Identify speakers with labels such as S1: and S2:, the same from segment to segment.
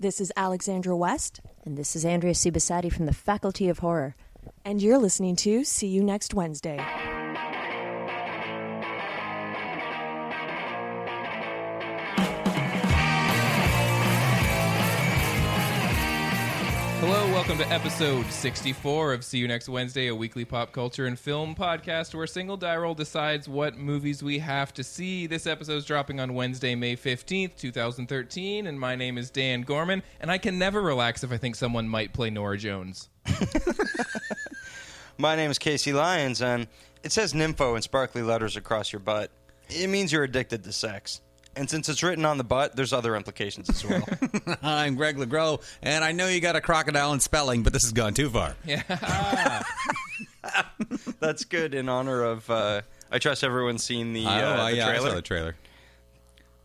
S1: This is Alexandra West. And this is Andrea Cibisati from the Faculty of Horror. And you're listening to See You Next Wednesday.
S2: Hello, welcome to episode 64 of See You Next Wednesday, a weekly pop culture and film podcast where single die roll decides what movies we have to see. This episode is dropping on Wednesday, May 15th, 2013, and my name is Dan Gorman, and I can never relax if I think someone might play Nora Jones.
S3: My name is Casey Lyons, and it says nympho in sparkly letters across your butt. It means you're addicted to sex. And since it's written on the butt, there's other implications as well.
S4: I'm Greg LeGros, and I know you got a crocodile in spelling, but this has gone too far.
S3: That's good in honor of. Uh, I trust everyone's seen the, uh,
S4: oh,
S3: the
S4: yeah,
S3: trailer.
S4: I saw the trailer.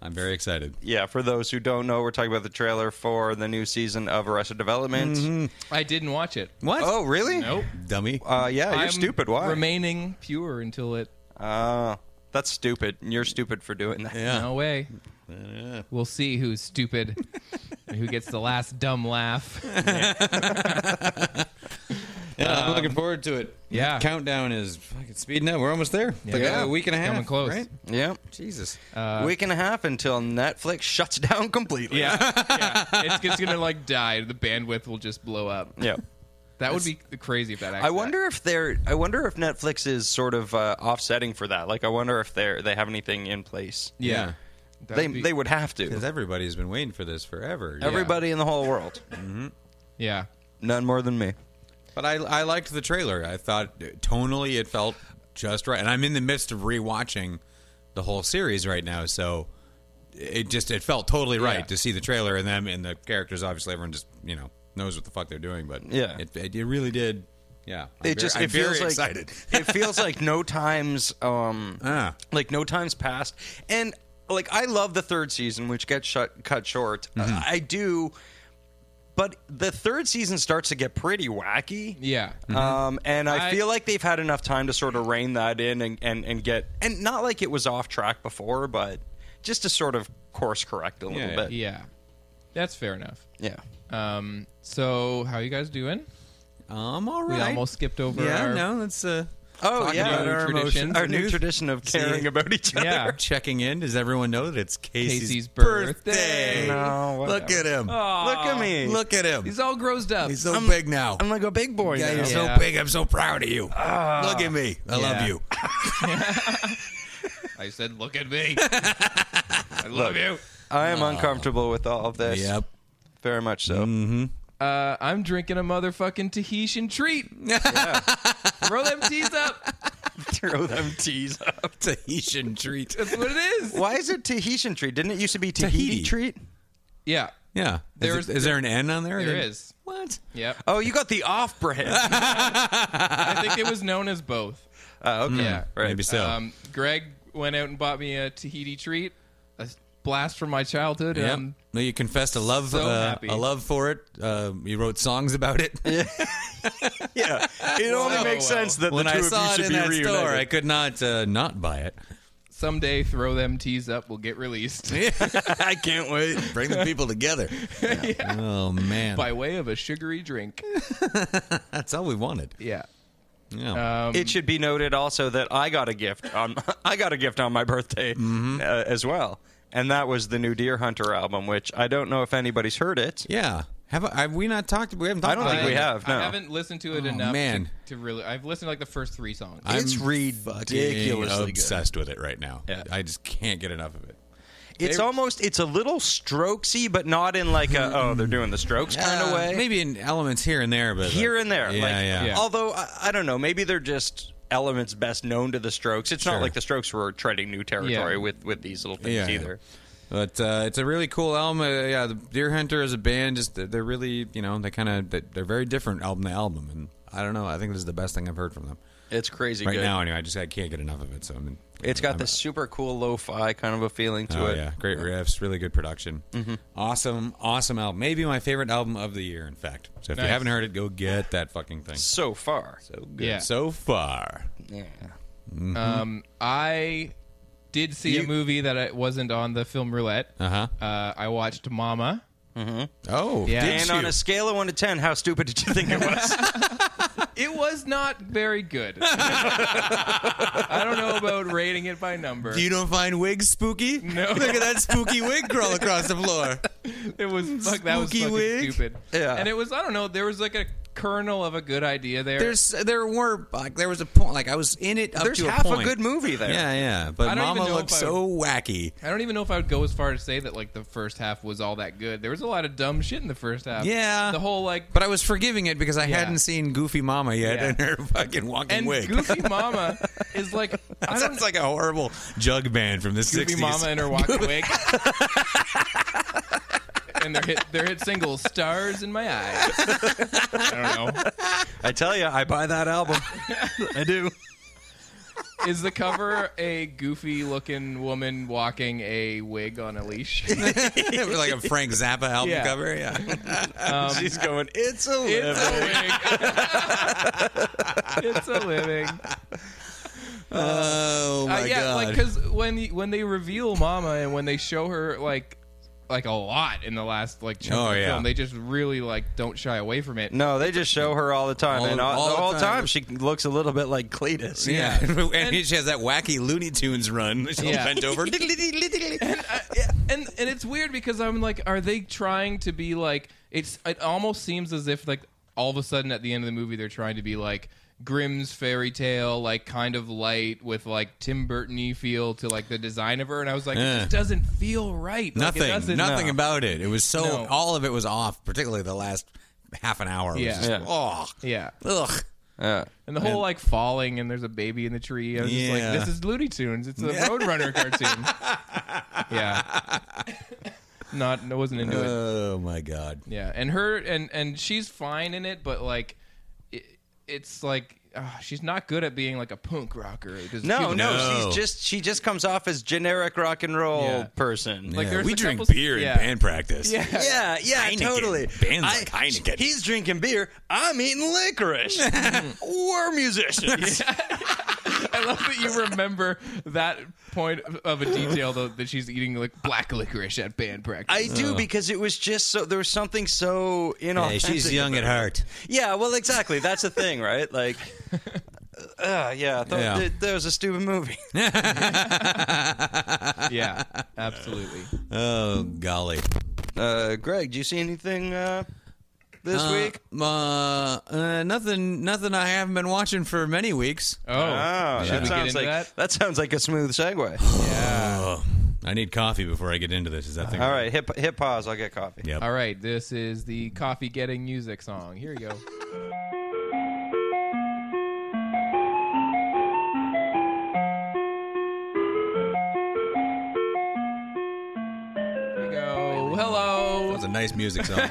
S4: I'm very excited.
S3: yeah, for those who don't know, we're talking about the trailer for the new season of Arrested Development.
S4: Mm-hmm.
S2: I didn't watch it.
S4: What?
S3: Oh, really?
S2: Nope.
S4: Dummy.
S3: Uh, yeah, you're
S2: I'm
S3: stupid. Why?
S2: Remaining pure until it.
S3: Uh, that's stupid. and You're stupid for doing that.
S4: Yeah.
S2: No way. We'll see who's stupid and who gets the last dumb laugh.
S4: Yeah, I'm looking forward to it.
S2: yeah.
S4: Countdown is fucking speeding up. We're almost there. Like
S2: Yeah.
S4: a week and a half.
S2: Coming close.
S4: Right?
S3: Yeah.
S4: Jesus.
S3: Week and a half until Netflix shuts down completely.
S2: Yeah, yeah. It's, it's gonna like die. The bandwidth will just blow up.
S3: Yeah.
S2: That would be crazy if that. actually
S3: I wonder if they're. I wonder if Netflix is sort of uh, offsetting for that. Like, I wonder if they're they have anything in place.
S2: Yeah, That
S3: they
S2: would be-
S3: they would have to.
S4: Because everybody's been waiting for this forever.
S3: Everybody in the whole world,
S2: yeah.
S3: none more than me.
S4: But I, I liked the trailer. I thought tonally it felt just right. And I'm in the midst of rewatching the whole series right now, so it just it felt totally right
S2: Yeah.
S4: to see the trailer and them and the characters. Obviously, everyone just you know knows what the fuck they're doing, but
S3: Yeah.
S4: it it, it really did. Yeah, I'm
S3: It
S4: very-
S3: just
S4: I'm
S3: it feels
S4: very
S3: like
S4: excited.
S3: it feels like no times um
S4: Ah.
S3: like no times passed and like I love the third season which gets shut, cut short.
S4: Mm-hmm.
S3: Uh, I do but the third season starts to get pretty wacky.
S2: Yeah. Uh,
S3: Um, and I,
S2: I-
S3: feel like they've had enough time to sort of rein that in and, and, and get and not like it was off track before, but just to sort of course correct a little
S4: Yeah,
S3: bit.
S2: Yeah. That's fair enough.
S3: Yeah.
S2: Um, so how you guys doing?
S4: I'm all
S2: We
S4: right.
S2: almost skipped over
S4: yeah,
S2: our
S4: no, that's uh,
S3: Oh
S4: talking
S3: yeah,
S4: about
S3: our
S4: our
S2: traditions.
S4: emotions,
S3: Our
S4: and
S3: new
S4: new-
S3: trading of
S4: See-
S3: caring about each other.
S2: Yeah.
S4: Checking in. Does everyone know that it's Casey's,
S2: Casey's birthday. Oh,
S4: birthday?
S3: No, Oh, whatever.
S4: Look at him.
S3: Look at me.
S4: Look at him.
S2: He's all grossed up.
S4: He's so big now.
S3: I'm like a big boy
S4: Yeah,
S3: now.
S4: you're
S2: Yeah.
S4: so big. I'm so proud of you. Look at me.
S2: Yeah.
S4: I love you.
S2: I said, look at me. I love you.
S3: I am uncomfortable with all of this. Very much so.
S2: Uh, I'm drinking a motherfucking Tahitian treat. Roll them teas up.
S3: Throw them teas up.
S4: Tahitian treat.
S2: That's what it is.
S3: Why is it Tahitian treat? Didn't it used to be Tahiti,
S4: Tahiti.
S3: treat?
S2: Yeah.
S4: Yeah. There
S2: There's-
S4: is, is there an N on there?
S2: There is.
S4: What?
S2: Yep.
S3: Oh, you got the off brand.
S2: I think it was known as both.
S3: oh, okay.
S2: Yeah.
S3: Right.
S4: Hmm. Maybe so.
S2: Um, Greg went out and bought me a Tahiti treat, a blast from my childhood.
S4: Yep.
S2: Um,
S4: no, you confessed a love,
S2: so
S4: uh,
S2: happy.
S4: a love for it. Um, you wrote songs about it.
S3: Yeah. It only
S2: Well,
S3: makes
S2: well.
S3: sense that
S4: when
S3: the two
S4: I
S3: of you
S4: saw it
S3: should
S4: in
S3: be
S4: that
S3: reunited.
S4: store, I could not uh, not buy it.
S2: someday, throw them teas up. We'll get released
S4: I can't wait. Bring the people together. Oh man,
S2: by way of a sugary drink.
S4: that's all we wanted.
S2: Yeah.
S4: Yeah.
S3: it should
S4: Mm-hmm.
S3: be noted also that I got a gift on I got a gift on my birthday uh, as well. and that was the new Deer Hunter album, which I don't know if anybody's heard it.
S4: Yeah. Have, I- have we not talked? We haven't
S3: I
S4: talked
S3: don't
S4: about
S3: think
S4: it
S3: we
S4: yet.
S3: have. No,
S2: I haven't listened to it enough
S4: man.
S2: To, to really. I've listened to like the first three songs.
S3: It's
S4: I'm
S3: ridiculously
S4: fucking
S3: good.
S4: obsessed with it right now.
S3: Yeah.
S4: I just can't get enough of it.
S3: It's almost it's a little strokesy, but not in like a oh they're doing the strokes kind of
S4: Uh,
S3: way.
S4: Maybe in elements here and there, but like-
S3: here and there.
S4: Yeah,
S3: like,
S4: yeah.
S2: Yeah.
S3: Although I, I don't know, maybe they're just elements best known to the Strokes. It's
S4: Sure.
S3: not like the Strokes were treading new territory
S2: Yeah.
S3: with with these little things
S4: Yeah, yeah.
S3: either.
S4: But uh, it's a really cool album. Uh, yeah, the Deer Hunter as a band, just they're- they're really, you know, they kind of they're very different album to album, and I don't know. I think this is the best thing I've heard from them
S3: It's crazy
S4: right
S3: good.
S4: now. Anyway, I just I can't get enough of it. So I mean,
S3: It's got this super cool lo-fi kind of a feeling to
S4: Oh
S3: it.
S4: yeah, great riffs, really good production,
S3: Mm-hmm.
S4: awesome, awesome album. Maybe my favorite album of the year, in fact. So if
S2: Nice.
S4: you haven't heard it, go get that fucking thing.
S3: So far,
S4: So good
S2: Yeah.
S4: so mm-hmm. far.
S3: yeah.
S2: Um, I did see a movie that I wasn't on the film roulette.
S4: Uh-huh.
S2: Uh, I watched Mama.
S4: Oh,
S2: Yeah.
S4: did
S3: And
S4: you?
S3: on a scale of one to ten, how stupid did you think it was?
S2: It was not very good. I don't know about rating it by number.
S4: You don't find wigs spooky?
S2: No.
S4: Look at that spooky wig crawl across the floor.
S2: It was fuck, that was
S4: Spooky
S2: fucking
S4: wig?
S2: stupid.
S3: Yeah.
S2: And it was I don't know. There was like a kernel of a good idea there.
S4: There's there were like there was a point like I was in it up
S3: There's
S4: to
S3: half
S4: a
S3: a
S4: point.
S3: good movie there.
S4: Yeah, yeah.
S2: I
S4: But
S2: don't even
S4: Mama
S2: know
S4: looked
S2: if I-
S4: so wacky.
S2: I don't even know if I would go as far to say that like the first half was all that good. There was a lot of dumb shit in the first half.
S4: Yeah.
S2: The whole like
S4: But I was forgiving it because I
S2: Yeah.
S4: hadn't seen Goofy Mama yet
S2: Yeah.
S4: and her fucking walking
S2: and
S4: wig.
S2: Goofy Mama is like I don't
S4: Sounds like a horrible jug band from the
S2: Goofy
S4: 60s.
S2: Mama and her walking wig. and their hit their hit single "Stars in My Eyes." I don't know.
S3: I tell you, I buy that album. I do.
S2: Is the cover a goofy looking woman walking a wig on a leash?
S4: like a Frank Zappa album
S2: Yeah.
S4: cover. Yeah. Um,
S3: She's going. It's a living.
S2: It's a living. it's a living.
S4: Oh
S2: Uh,
S4: my
S2: yeah,
S4: god.
S2: like because when when they reveal Mama and when they show her like like a lot in the last like chunk
S4: Oh,
S2: of the
S4: yeah.
S2: film, they just really like don't shy away from it.
S3: No, they just show her all the time,
S4: All-
S3: and all,
S4: all the
S3: the whole
S4: time.
S3: time. she looks a little bit like Cletus.
S4: yeah, and, she has that wacky Looney Tunes run. She's all
S2: Yeah.
S4: bent over.
S2: and and it's weird because I'm like, are they trying to be like? It's it almost seems as if like all of a sudden at the end of the movie they're trying to be like Grimm's fairy tale, like kind of light with like Tim Burton-y feel to like the design of her, and I was like, it just doesn't feel right. Like, it
S4: Eh. nothing,
S2: doesn't-
S4: nothing
S2: No.
S4: about it. It was so
S2: No.
S4: all of it was off, particularly the last half an hour. Was
S2: Yeah.
S4: just,
S3: Yeah.
S4: Oh,
S2: Yeah,
S4: ugh.
S2: and the whole like falling and there's a baby in the tree. I was just
S4: Yeah.
S2: like, this is Looney Tunes. It's a Roadrunner cartoon. yeah, not I wasn't into it.
S4: Oh my god.
S2: Yeah, and her and and she's fine in it, but like, it, it's like ah, she's not good at being like a punk rocker. It doesn't
S3: No,
S2: feel-
S3: no,
S4: No.
S3: she's just she just comes off as generic rock and roll
S2: Yeah.
S3: person.
S2: Like,
S4: Yeah,
S2: there's
S4: we
S2: a
S4: drink
S2: couple-
S4: beer in
S2: yeah.
S4: band practice.
S2: Yeah.
S3: yeah, yeah,
S4: Heineken.
S3: totally.
S4: Bands like Heineken.
S3: He's drinking beer. I'm eating licorice. We're musicians.
S2: I love that you remember that point of- of a detail though that she's eating like black licorice at band practice.
S3: I do because it was just so there was something so inauthentic.
S4: Hey, she's young at
S3: about it.
S4: heart.
S3: Yeah, well, exactly. That's the thing, right? Like, uh, yeah, th-
S4: Yeah.
S3: th- that was a stupid movie.
S2: yeah, absolutely.
S4: Oh golly.
S3: Uh, Greg, do you see anything uh, this week?
S4: Uh, uh, nothing. Nothing. I haven't been watching for many weeks.
S2: Oh,
S3: Oh,
S2: should we
S3: that
S2: get
S3: sounds
S2: into
S3: like
S2: that?
S3: sounds like a smooth segue.
S4: Oh, I need coffee before I get into this. Is that thing?
S3: All right, hit hit pause. I'll get coffee.
S4: Yep.
S2: All right, this is the coffee getting music song. Here you go. Here we go. Hello.
S4: That's a nice music song.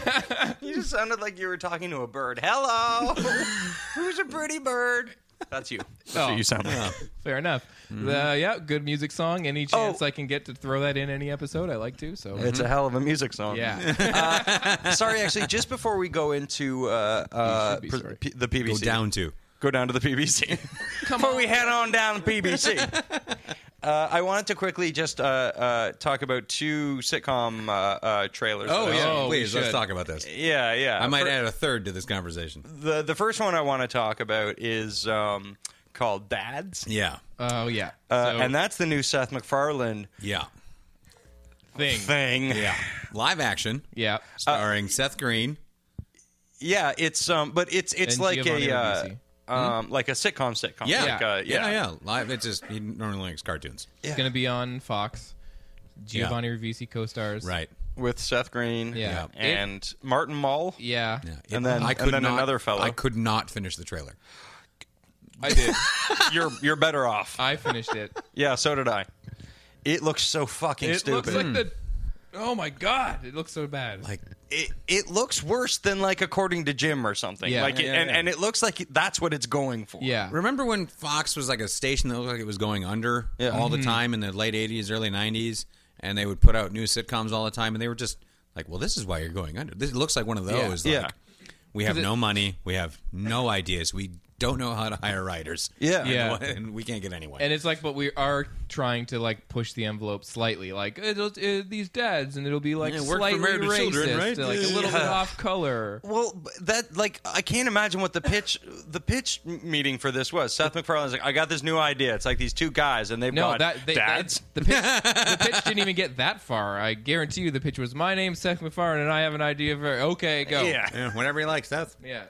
S3: You just sounded like you were talking to a bird. Hello, who's a pretty bird? That's you. That's
S2: Oh.
S3: sound like.
S2: Fair enough. The- yeah, good music song. Any chance I can get to throw that in any episode, I like to. So
S3: It's a hell of a music song.
S2: yeah.
S3: Sorry, actually, just before we go into uh, uh,
S2: be
S3: pr-
S2: sorry.
S3: p- the PBC,
S4: Go down to.
S3: go down to the PBC. Come on, we head on down to PBC. Uh, I wanted to quickly just uh, uh, talk about two sitcom uh, uh, trailers.
S4: Oh
S3: that I
S4: yeah.
S2: Oh, we
S4: Please let's
S2: should.
S4: talk about this.
S3: Yeah, yeah.
S4: I might
S3: For-
S4: add a third to this conversation.
S3: the the first one I want to talk about is um, called Dads,
S4: Yeah.
S2: Oh yeah.
S3: uh,
S2: So-
S3: and that's the new Seth MacFarlane.
S4: Yeah.
S2: thing.
S3: thing.
S4: Yeah. Live action
S2: Yeah.
S4: starring Seth Green.
S3: Yeah, it's um, but it's it's
S2: And
S3: like
S2: Giovanni
S3: a uh,
S2: Ribisi.
S3: um, like a sitcom sitcom.
S4: Hmm? Yeah.
S3: like, uh,
S4: yeah.
S3: yeah,
S4: Yeah. Live. It's just, he normally likes cartoons.
S2: It's going to be on Fox. Giovanni Ribisi co-stars.
S4: Right.
S3: with Seth Green.
S2: Yeah. Yeah.
S3: and Martin Mull.
S2: Yeah.
S4: Yeah.
S3: And then- and then another fellow.
S4: I could not finish the trailer.
S2: I did.
S3: you're you're better off.
S2: I finished it.
S3: Yeah, so did I. It looks so fucking
S2: it
S3: stupid.
S2: looks like the. Oh my god! It looks so bad.
S4: Like,
S3: it, it looks worse than like according to Jim or something.
S2: Yeah.
S3: like it,
S2: Yeah,
S3: and, and it looks like that's what it's going for.
S2: yeah.
S4: remember when Fox was like a station that looked like it was going under
S3: Yeah.
S4: all
S2: Mm-hmm.
S4: the time in the late 80s, early 90s? And they would put out new sitcoms all the time. And they were just like, well, this is why you're going under. This looks like one of those.
S3: Yeah.
S4: Like, We have no money. We have no ideas. We don't know how to hire writers.
S3: Yeah.
S4: And
S2: Yeah.
S4: wha- And we can't get anyone.
S2: And it's like, but we are trying to like push the envelope slightly, like it'll, it, these dads, and it'll be like
S4: Yeah, work for
S2: slightly
S4: married with
S2: racist,
S4: children, right?
S2: like a little bit
S3: Yeah.
S2: off color.
S3: Well, b- that like I can't imagine what the pitch the pitch m- meeting for this was. Seth MacFarlane's like, I got this new idea. It's like these two guys and they've
S2: No,
S3: got
S2: that they,
S3: dads.
S2: that- the, pitch, the pitch didn't even get that far. I guarantee you, the pitch was my name's Seth MacFarlane, and I have an idea for okay, go.
S3: yeah.
S4: yeah, whatever he likes, Seth.
S2: yeah.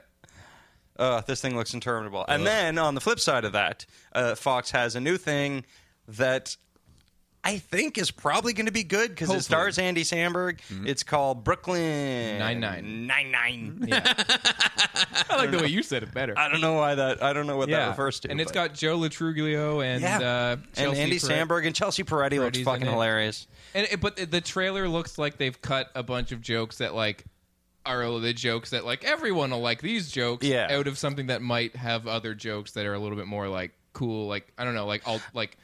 S3: uh, this thing looks interminable. And then on the flip side of that, uh, Fox has a new thing that I think is probably going to be good because it
S2: Hopefully. Mm-hmm.
S3: stars Andy Samberg. It's called Brooklyn
S2: Nine-Nine.
S3: Nine Nine.
S2: I like the way you said it better.
S3: I don't know why that. I don't know what that refers to.
S2: and it's
S3: but-
S2: got Joe Latruglio and
S3: yeah,
S2: uh,
S3: and
S2: Chelsea
S3: Andy
S2: Peretti.
S3: Samberg and Chelsea Peretti
S2: Peretti's
S3: looks
S2: in
S3: fucking
S2: it.
S3: hilarious.
S2: And it, but the trailer looks like they've cut a bunch of jokes that like are the jokes that like everyone will like these jokes
S3: Yeah.
S2: out of something that might have other jokes that are a little bit more like cool like I don't know like alt like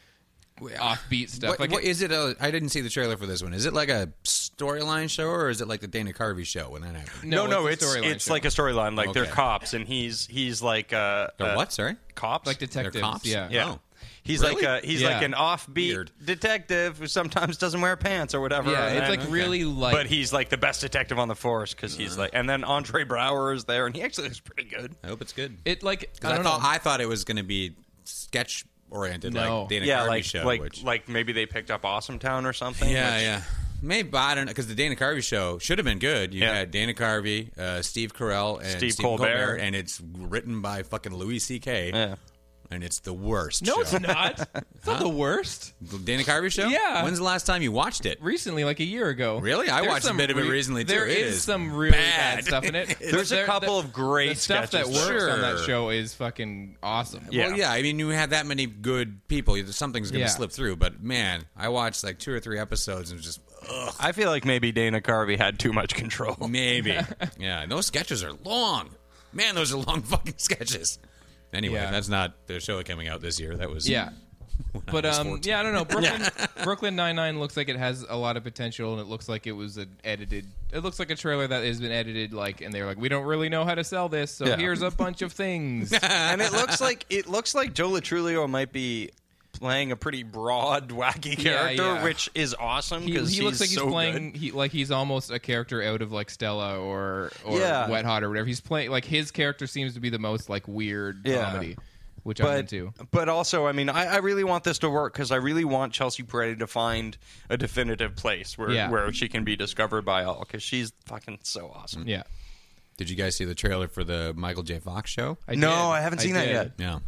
S2: offbeat stuff
S4: What,
S2: like
S4: what is it? I I didn't see the trailer for this one. Is it like a storyline show, or is it like the Dana Carvey show when that happened?
S3: No, no,
S2: a
S3: it's
S2: storyline
S3: it's
S2: show.
S3: like a storyline. Like they're
S4: Okay.
S3: cops, and he's he's like uh,
S4: They're
S3: uh,
S4: what? Sorry,
S3: cops
S2: like detectives
S4: they're cops.
S2: yeah
S3: Yeah.
S4: Oh.
S3: He's
S4: Really?
S3: like a, he's
S2: Yeah.
S3: like an offbeat
S4: Weird.
S3: detective who sometimes doesn't wear pants or whatever.
S2: Yeah,
S3: and
S2: it's
S3: then-
S2: like really light
S3: but he's like Uh-huh. the best detective on the force because he's like. And then Andre Brower is there, and he actually looks pretty good.
S4: I hope it's good.
S2: it like I
S4: 'Cause I,
S2: don't
S4: thought
S2: know
S4: I thought it was going to be sketch oriented,
S2: No.
S4: like Dana
S3: yeah,
S4: Carvey
S3: like
S4: show.
S3: like
S4: which,
S3: like maybe they picked up Awesome Town or something.
S4: yeah,
S3: which-
S4: yeah. Maybe but I don't know because the Dana Carvey show should have been good. You
S3: Yeah.
S4: had Dana Carvey, uh, Steve Carell, and
S3: Steve
S4: Stephen Colbert.
S3: Colbert.
S4: and it's written by fucking Louis C.K.
S3: Yeah.
S4: and it's the worst.
S2: no
S4: show.
S2: it's not it's not the worst
S4: The Dana Carvey show.
S2: Yeah.
S4: When's the last time you watched it?
S2: recently like a year ago
S4: Really? I
S2: There's
S4: watched a
S2: some
S4: bit of it recently, too.
S2: there
S4: It
S2: is
S4: is
S2: some really bad,
S4: bad.
S2: stuff in it
S3: There's a
S2: There-
S3: couple of great
S2: the stuff that
S3: sketches,
S2: works
S3: though.
S2: on that
S4: Sure.
S2: show is fucking awesome
S3: Yeah.
S4: Well, yeah. I mean, you have that many good people, you- something's going to
S2: Yeah.
S4: slip through. But man, I watched like two or three episodes and just ugh,
S3: I feel like maybe Dana Carvey had too much control.
S4: maybe. yeah, and those sketches are long. Man, those are long fucking sketches. Anyway,
S2: Yeah.
S4: that's not the show coming out this year. That was
S2: Yeah. But
S4: was
S2: um,
S4: 14.
S2: yeah, I don't know. Brooklyn Brooklyn Nine Nine looks like it has a lot of potential, and it looks like it was an edited. It looks like a trailer that has been edited, like, and they're like, we don't really know how to sell this, so
S3: Yeah.
S2: here's a bunch of things.
S3: and it looks like it looks like Joe Latrulio might be playing a pretty broad, wacky
S2: Yeah,
S3: character,
S2: yeah.
S3: which is awesome
S2: He,
S3: because
S2: he looks like he's
S3: so
S2: playing,
S3: good.
S2: he, like he's almost a character out of like Stella or or
S3: Yeah.
S2: Wet Hot or whatever. He's playing like his character seems to be the most like weird
S3: Yeah.
S2: comedy, which I'm
S3: But,
S2: into.
S3: but also, I mean, I, I really want this to work because I really want Chelsea Peretti to find a definitive place where,
S2: Yeah.
S3: where she can be discovered by all because she's fucking so awesome.
S2: Yeah,
S4: Did you guys see the trailer for the Michael J. Fox show?
S2: I
S3: No,
S2: did.
S3: I haven't seen that
S2: did.
S3: yet.
S4: Yeah.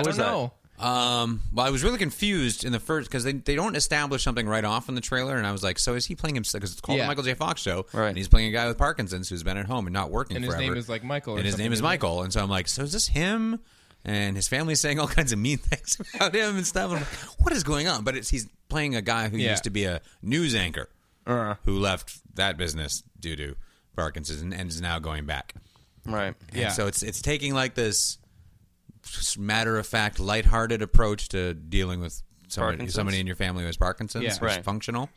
S2: I don't
S3: is that?
S2: know.
S4: Um, well, I was really confused in the first because they, they don't establish something right off in the trailer, and I was like, so is he playing himself? Because it's called
S2: Yeah.
S4: the Michael J. Fox show,
S3: Right.
S4: And he's playing a guy with Parkinson's who's been at home and not working.
S2: And his
S4: forever.
S2: name is, like, Michael or
S4: and his
S2: something,
S4: name is
S2: isn't it?
S4: Michael, and so I'm like, so is this him? And his family's saying all kinds of mean things about him and stuff. I'm like, what is going on? But it's he's playing a guy who
S2: Yeah. Uh-huh.
S4: used to be a news anchor who left that business due to Parkinson's and, and is now going back.
S3: Right.
S4: And
S2: Yeah.
S4: so it's it's taking like this matter of fact, lighthearted approach to dealing with somebody,
S3: Parkinson's?
S4: somebody in your family who has Parkinson's,
S2: Yeah.
S4: who's
S3: Right.
S4: functional.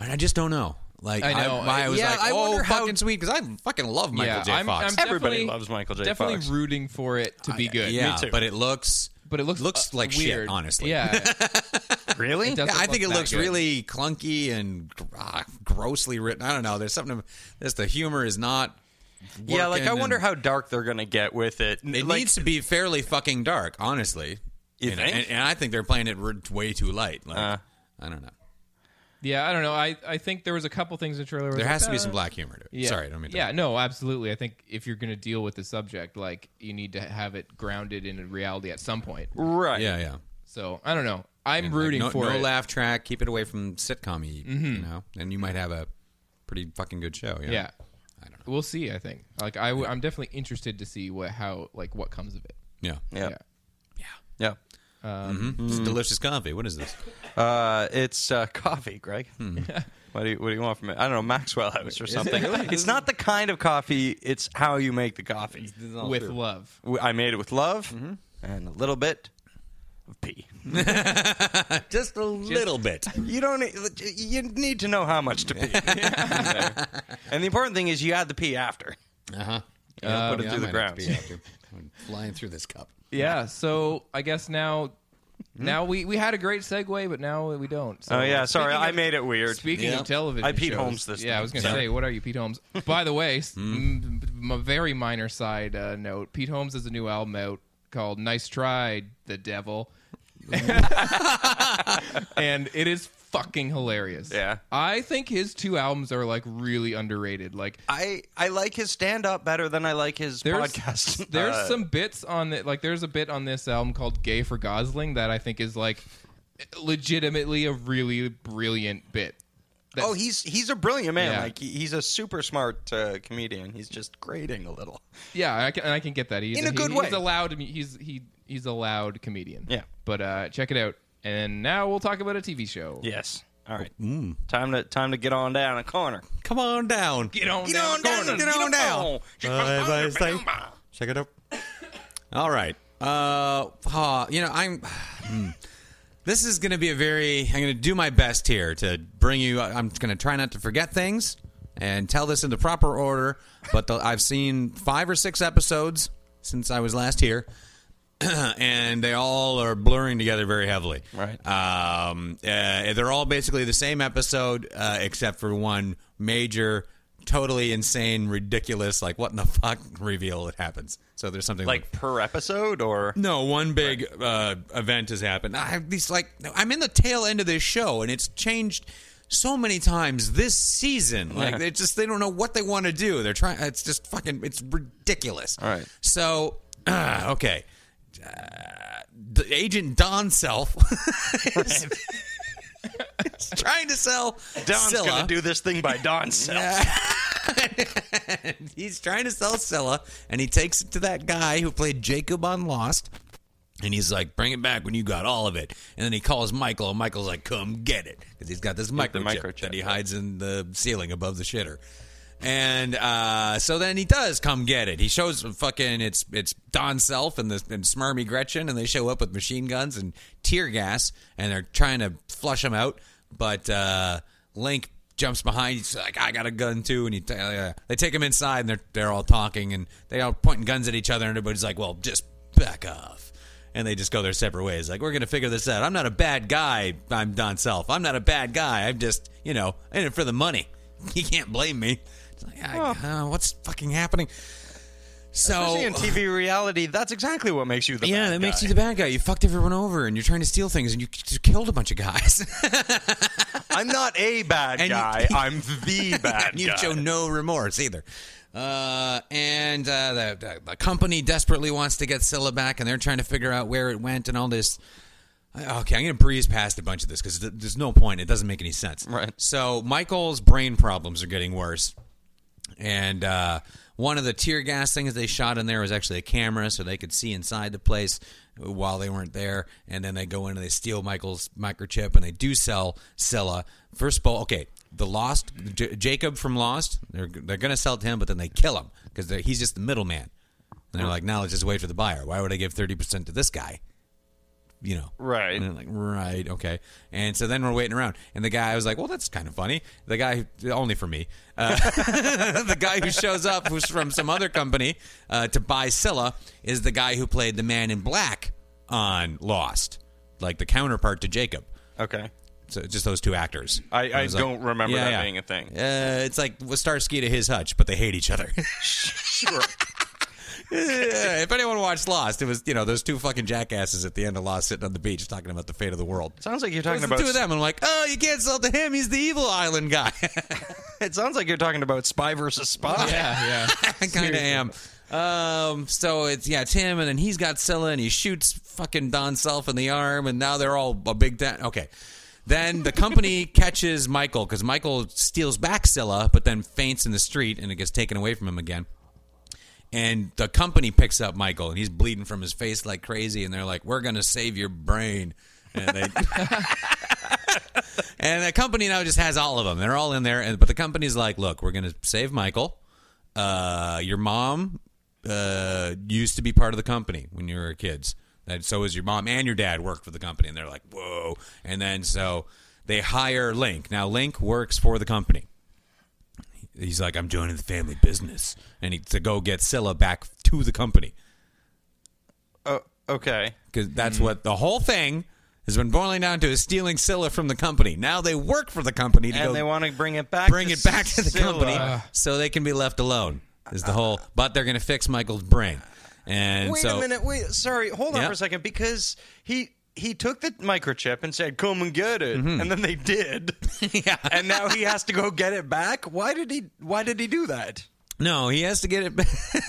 S4: And I just don't know. Like
S2: I
S4: I,
S2: know.
S4: I, was
S2: Yeah,
S4: like,
S2: I
S4: oh,
S2: wonder how-
S4: fucking sweet, because I fucking love Michael
S2: yeah,
S4: J.
S2: I'm,
S4: Fox. Oh,
S2: I'm
S3: Everybody
S2: definitely-
S3: loves Michael J.
S2: Definitely
S3: Fox.
S2: rooting for it to be good.
S4: yeah,
S3: Me too.
S4: but it looks,
S2: but it looks
S4: looks
S2: uh,
S4: like
S2: weird.
S4: shit. Honestly,
S2: Yeah, it
S3: Really?
S2: doesn't
S4: Yeah, I think it
S2: look that
S4: looks
S2: good.
S4: really clunky and ah, grossly written. I don't know. There's something. There's the humor is not.
S3: yeah, like
S4: working
S3: I wonder
S4: and-
S3: how dark they're gonna get with it.
S4: It
S3: like,
S4: needs to be fairly fucking dark, honestly.
S3: You
S4: know,
S3: think?
S2: Uh.
S4: And, and I think they're playing it r- way too light. Like, I don't know.
S2: Yeah, I don't know. I, I think there was a couple things in the trailer. where I was
S4: There
S2: like,
S4: has to be some
S2: "Ah."
S4: black humor to it.
S2: Yeah.
S4: Sorry, I don't mean to.
S2: Yeah, no, absolutely. I think if you're going to deal with the subject, like you need to have it grounded in reality at some point.
S3: Right.
S4: Yeah, yeah.
S2: So I don't know. I'm
S4: And, like,
S2: rooting
S4: no,
S2: for
S4: no
S2: it. Mm-hmm.
S4: laugh track. Keep it away from sitcom you know? And you might have a pretty fucking good show. Yeah.
S2: Yeah.
S4: I don't know.
S2: We'll see. I think. Like I, w- I'm definitely interested to see what how like what comes of it.
S4: Yeah.
S3: Yeah. Mm-hmm.
S2: Yeah.
S3: Yeah.
S4: This is delicious coffee. What is this?
S3: Uh, it's uh, coffee, Greg. What do you What do you want from it? I don't know, Maxwell House or something. It's not the kind of coffee. It's how you make the coffee.
S2: With love.
S3: W- I made it with love and a little bit of pee.
S4: Just a little bit.
S3: You don't. Need, you need to know how much to pee. and the important thing is you add the pee after. Uh huh. put it through the ground.
S4: Flying through this cup.
S2: Yeah. So I guess now,
S4: Hmm?
S2: now we we had a great segue, but now we don't. So
S3: Oh yeah, sorry,
S2: speaking
S3: I
S2: of-
S3: made it weird.
S2: Speaking
S4: Yeah.
S2: of television,
S3: I Pete
S2: shows-
S3: Holmes this
S2: Yeah, I
S3: time,
S2: was going to
S3: so. Hmm.
S2: say, what are you, Pete Holmes? By the way, s- m- m- a very minor side uh, note: Pete Holmes has a new album out called "Nice Try, the Devil," and it is fucking hilarious.
S3: Yeah.
S2: I think his two albums are like really underrated. Like
S3: I I like his stand up better than I like his
S2: there's
S3: podcast.
S2: there's
S3: Uh,
S2: some bits on the like there's a bit on this album called "Gay for Gosling" that I think is like legitimately a really brilliant bit. That's-
S3: Oh, he's he's a brilliant man.
S2: Yeah.
S3: Like he, he's a super smart uh, comedian. He's just grading a little.
S2: Yeah, I can, and I can get that. He's,
S3: In a
S2: he-
S3: good way.
S2: He's a loud. He's he he's a loud comedian.
S3: Yeah.
S2: But uh, check it out. And now we'll talk about a TV show.
S3: Yes. All right.
S4: Oh, mm.
S3: Time to time to get on down a corner.
S4: Come on down.
S2: Get on
S3: Get
S2: down
S3: on
S2: the
S3: down.
S2: corner.
S3: Get on down.
S4: Bye, bye, say. Check it out. All right. Uh, huh, you know, I'm. hmm. This is going to be a very. I'm going to do my best here to bring you. I'm going to try not to forget things and tell this in the proper order. But the, I've seen five or six episodes since I was last here, and they all are blurring together very heavily.
S3: Right.
S4: Um, uh, they're all basically the same episode, uh, except for one major, totally insane, ridiculous, like what in the fuck reveal that happens. So there's something like,
S3: Like per episode or
S4: no one big uh, event has happened. I have these like I'm in the tail end of this show, and it's changed so many times this season. Like they just they don't know what they want to do. They're trying. It's just fucking. It's ridiculous. All
S3: right.
S4: So okay. Uh, Agent Don Self is, is trying to sell
S3: Don's
S4: Scylla.
S3: gonna do this thing by Don self.
S4: he's trying to sell Scylla, and he takes it to that guy who played Jacob on Lost. And he's like, bring it back when you got all of it. And then he calls Michael, and Michael's like, come get it. Because he's got this
S3: Get the
S4: microchip,
S3: microchip,
S4: that he
S3: yeah.
S4: hides in the ceiling above the shitter. And uh, so then he does come get it. He shows fucking it's it's Don Self and the and Smarmy Gretchen, and they show up with machine guns and tear gas, and they're trying to flush him out. But uh, Link jumps behind. He's like, "I got a gun too," and he ta- uh, they take him inside, and they're they're all talking and they all pointing guns at each other, and everybody's like, "Well, just back off." and they just go their separate ways. Like, we're going to figure this out. I'm not a bad guy. I'm Don Self. I'm not a bad guy. I'm just, you know, in it for the money. You can't blame me. It's like, I, uh, what's fucking happening? So,
S3: Especially in TV reality, that's exactly what makes you the
S4: yeah,
S3: bad
S4: that makes
S3: guy.
S4: you the bad guy. You fucked everyone over and you're trying to steal things and you, you killed a bunch of guys.
S3: I'm not a bad
S4: And you-
S3: guy. I'm the bad
S4: and you
S3: guy.
S4: show no remorse either. Uh, and uh, the, the the company desperately wants to get Scylla back, and they're trying to figure out where it went and all this. Okay, I'm gonna breeze past a bunch of this because th- there's no point. It doesn't make any sense.
S3: Right.
S4: So Michael's brain problems are getting worse, and uh, one of the tear gas things they shot in there was actually a camera, so they could see inside the place while they weren't there. And then they go in and they steal Michael's microchip, and they do sell Scylla. First of all, okay, the Lost J- Jacob from Lost, they're they're gonna sell it to him, but then they kill him because he's just the middleman. And they're like, now let's just wait for the buyer. Why would I give thirty percent to this guy? you know.
S3: Right.
S4: And I'm like, right, okay. And so then we're waiting around. And the guy was like, well, that's kind of funny. The guy, only for me, uh, the guy who shows up, who's from some other company uh, to buy Scylla, is the guy who played the man in black on Lost, like the counterpart to Jacob.
S3: Okay.
S4: So just those two actors.
S3: I-
S4: And
S3: I
S4: was
S3: don't remember that being a thing.
S4: Uh, it's like Starsky to his Hutch, but they hate each other.
S3: Sure.
S4: Yeah, if anyone watched Lost, it was you know those two fucking jackasses at the end of Lost sitting on the beach talking about the fate of the world.
S3: Sounds like you're
S4: It was
S3: talking
S4: the
S3: about.
S4: two of them. I'm like, oh, you can't sell to him. He's the evil island guy.
S3: It sounds like you're talking about spy versus spy.
S2: yeah, yeah.
S4: I kind of am. Um, so it's yeah, it's him, and then he's got Scylla, and he shoots fucking Don Self in the arm, and now they're all a big da- okay. Then the company catches Michael because Michael steals back Scylla, but then faints in the street, and it gets taken away from him again. And the company picks up Michael, and he's bleeding from his face like crazy, and they're like, "We're gonna save your brain," and they. And the company now just has all of them. They're all in there. And but the company's like, look, we're gonna save Michael. Uh, your mom uh, used to be part of the company when you were kids. And so is your mom and your dad worked for the company. And they're like, whoa. And then so they hire Link. Now Link works for the company. He's like, I'm joining the family business, and he, to go get Scylla back to the company
S3: Oh, Okay.
S4: because that's
S3: Mm-hmm.
S4: what the whole thing has been boiling down to is stealing Scylla from the company. Now they work for the company to go
S3: And they want to bring it back.
S4: bring it back to the
S3: Scylla.
S4: company so they can be left alone. Is the whole, but they're going to fix Michael's brain, and
S3: Wait
S4: so
S3: a minute. Wait. Sorry. Hold on
S4: Yeah.
S3: for a second because he he took the microchip and said, "Come and get it,"
S4: Mm-hmm.
S3: and then they did. yeah. And now he has to go get it back. Why did he? Why did he do that?
S4: no, he has to get it. back.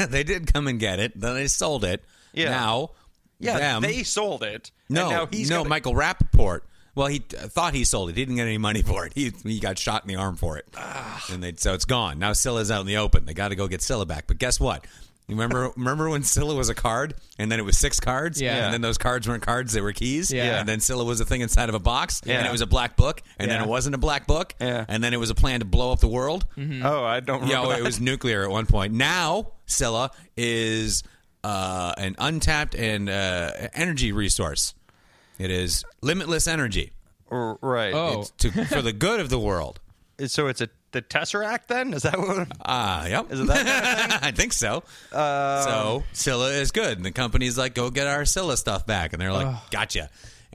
S4: they did come and get it. Then they sold it.
S3: Yeah.
S4: Now,
S3: Yeah.
S4: them,
S3: They sold it.
S4: no,
S3: And now he's
S4: no.
S3: gonna-
S4: Michael Rappaport. Well, he uh, thought he sold it. He didn't get any money for it. He he got shot in the arm for it,
S3: Ah.
S4: and they so it's gone. Now Scylla's out in the open. They got to go get Scylla back. But guess what? You remember remember when Scylla was a card, and then it was six cards,
S2: Yeah.
S4: and then those cards weren't cards; they were keys.
S2: Yeah.
S4: And then Scylla was a thing inside of a box, and
S3: Yeah.
S4: it was a black book, and then
S3: Yeah.
S4: it wasn't a black book,
S3: Yeah.
S4: and then it was a plan to blow up the world.
S3: Oh, I don't
S4: Yeah,
S3: remember.
S4: well, it
S3: that.
S4: was nuclear at one point. Now, Scylla is uh, an untapped and uh, energy resource. It is limitless energy
S3: R- right.
S2: Oh,
S4: to, for the good of the world.
S3: It's- so it's a the Tesseract then? Is that what?
S4: Ah, yep. Is it that? I think so. so Scylla is good, and the company's like, "Go get our Scylla stuff back," and they're like, "Gotcha."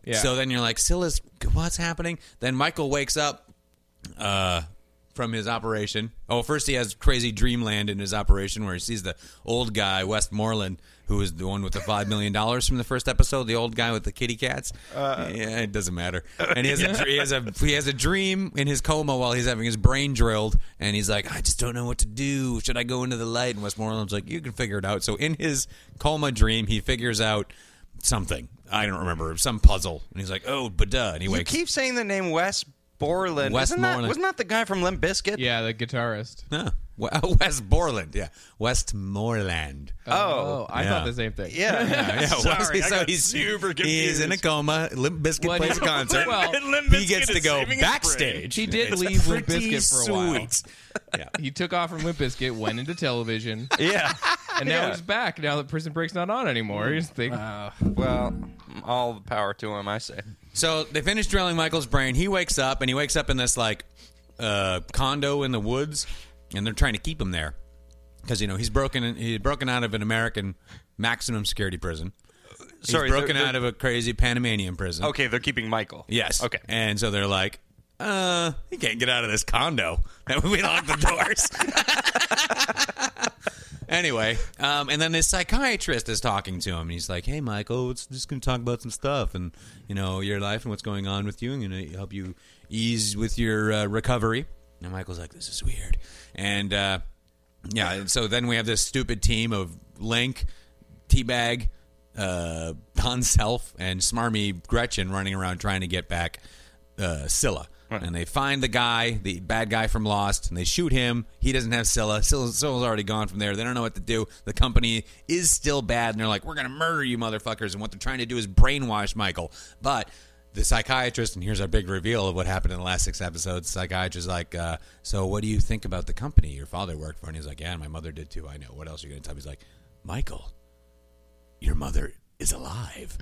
S2: Yeah.
S4: So then you're like, "Scylla's what's happening?" Then Michael wakes up uh, from his operation. Oh, first he has crazy dreamland in his operation where he sees the old guy Westmoreland, who is the one with the five million dollars from the first episode, the old guy with the kitty cats.
S3: Uh,
S4: yeah, it doesn't matter. And he has, a, he has a he has a dream in his coma while he's having his brain drilled, and he's like, I just don't know what to do. Should I go into the light? And Westmoreland's like, You can figure it out. So in his coma dream, he figures out something. I don't remember some puzzle, and he's like, "Oh, but duh." And he
S3: You
S4: wakes.
S3: keep saying the name Wes Borland. Isn't that,
S4: Westmoreland.
S3: wasn't that the guy from Limp Bizkit?
S2: yeah, the guitarist.
S4: Huh. We- Westmoreland, yeah, Westmoreland.
S2: Oh, I
S4: Yeah.
S2: thought the same thing.
S3: Yeah.
S4: Yeah, yeah,
S3: Sorry,
S4: Wesley,
S3: I
S4: so
S3: got
S4: he's
S3: super
S4: He's in a
S3: confused.
S4: coma. Limp Bizkit
S2: Well,
S4: plays a
S2: he-
S4: concert.
S2: well,
S3: Limp
S4: he gets
S3: Bizkit
S4: to
S3: is
S4: go
S3: saving his
S4: backstage.
S2: He did
S4: It's
S2: leave Limp
S4: pretty
S2: Bizkit for a while.
S4: sweet. Yeah.
S2: He took off from Limp Bizkit, went into television,
S3: Yeah.
S2: and now he's back. Now that Prison Break's not on anymore. You just think,
S3: Ah, Well, all the power to him, I say.
S4: So they finish drilling Michael's brain. He wakes up and he wakes up in this like uh, condo in the woods, and they're trying to keep him there because you know he's broken. He's broken out of an American maximum security prison. He's
S3: Sorry,
S4: broken
S3: they're-
S4: out of a crazy Panamanian prison.
S3: Okay, they're keeping Michael.
S4: Yes.
S3: Okay.
S4: And so they're like, uh, he can't get out of this condo. And we lock the doors. anyway, um, and then this psychiatrist is talking to him, and he's like, "Hey, Michael, it's just going to talk about some stuff, and you know, your life and what's going on with you, and going to help you ease with your uh, recovery." And Michael's like, "This is weird," and uh, yeah. and So then we have this stupid team of Link, Teabag, uh, Don Self, and Smarmy Gretchen running around trying to get back uh, Scylla. And they find the guy, the bad guy from Lost, and they shoot him. He doesn't have Scylla. Scylla Scylla's already gone from there. They don't know what to do. The company is still bad, and they're like, we're going to murder you motherfuckers. And what they're trying to do is brainwash Michael. But the psychiatrist, and here's our big reveal of what happened in the last six episodes. The psychiatrist is like, uh, so what do you think about the company your father worked for? And he's like, yeah, and my mother did too. I know. What else are you going to tell me? He's like, Michael, your mother is alive.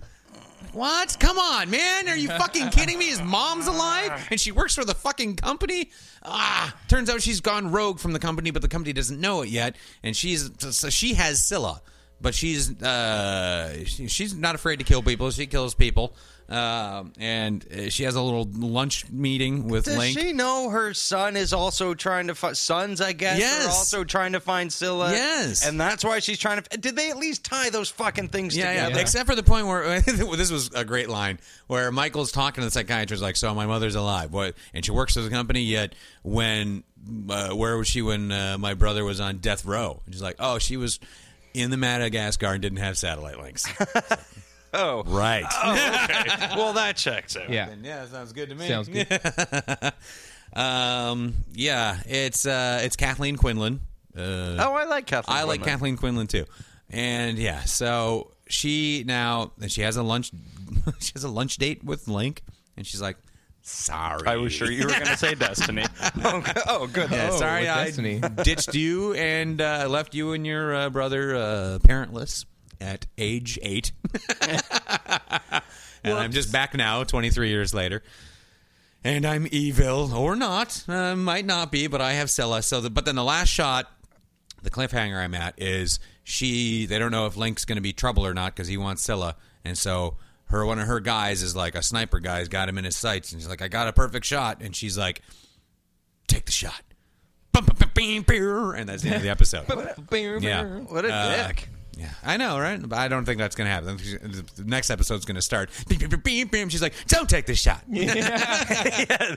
S4: What? Come on, man. Are you fucking kidding me? His mom's alive and she works for the fucking company? Ah, turns out she's gone rogue from the company, but the company doesn't know it yet. And she's so she has Scylla, but she's uh she- she's not afraid to kill people. She kills people. Um, and uh, she has a little lunch meeting with
S3: Does
S4: Link.
S3: she know her son is also trying to find sons? I guess
S4: Yes.
S3: are also trying to find Scylla.
S4: Yes.
S3: and that's why she's trying to. Did they at least tie those fucking things
S4: Yeah, yeah,
S3: together?
S4: Except for the point where this was a great line where Michael's talking to the psychiatrist, like, "So my mother's alive, what? And she works for the company. Yet when uh, where was she when uh, my brother was on death row? And she's like, "Oh, she was in the Madagascar and didn't have satellite links."
S3: Oh,
S4: right.
S3: well, that checks out.
S2: Yeah.
S4: yeah, that sounds good to me.
S2: Sounds good.
S4: Um, yeah, it's uh, it's Kathleen Quinlan. Uh,
S3: Oh, I like Kathleen.
S4: I like
S3: Quinlan.
S4: Kathleen Quinlan too. And yeah, so she now and she has a lunch she has a lunch date with Link and she's like, "Sorry.
S3: I was sure you were going to say Destiny. Oh, g- oh, good.
S4: Yeah,
S2: Oh,
S4: sorry
S2: with
S4: I
S2: Destiny.
S4: ditched you and uh, left you and your uh, brother uh, parentless at age 8." and I'm just back now 23 years later. And I'm evil or not, uh, might not be, but I have Scylla. So, the, but then the last shot the cliffhanger I'm at is she. They don't know if Link's going to be trouble or not because he wants Scylla, and so her one of her guys is like a sniper guy's got him in his sights, and she's like, "I got a perfect shot," and she's like, "Take the shot," Bum, bum, bum, bing, pew. and that's the end of the episode. yeah,
S3: What a
S4: Uh,
S3: dick.
S4: Yeah, I know, right? But I don't think that's going to happen. The next episode's going to start. Bing, bing, bing, bing, bing. She's like, "Don't take the shot."
S2: Did I say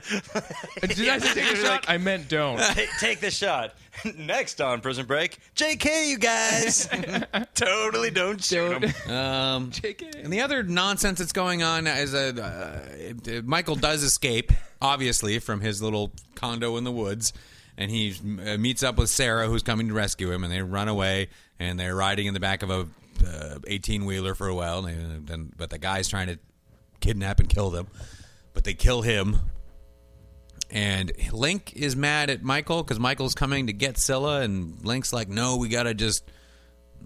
S2: take a shot? I meant don't.
S3: Ta- Take the shot. Next on Prison Break, JK, you guys. totally don't shoot 'em.
S4: Um, and the other nonsense that's going on is a uh, it- it- Michael does escape, obviously, from his little condo in the woods, and he uh, meets up with Sarah, who's coming to rescue him, and they run away, and they're riding in the back of a eighteen wheeler for a while, and they- and- but the guy's trying to kidnap and kill them, but they kill him. And Link is mad at Michael because Michael's coming to get Scylla, and Link's like, "No, we gotta just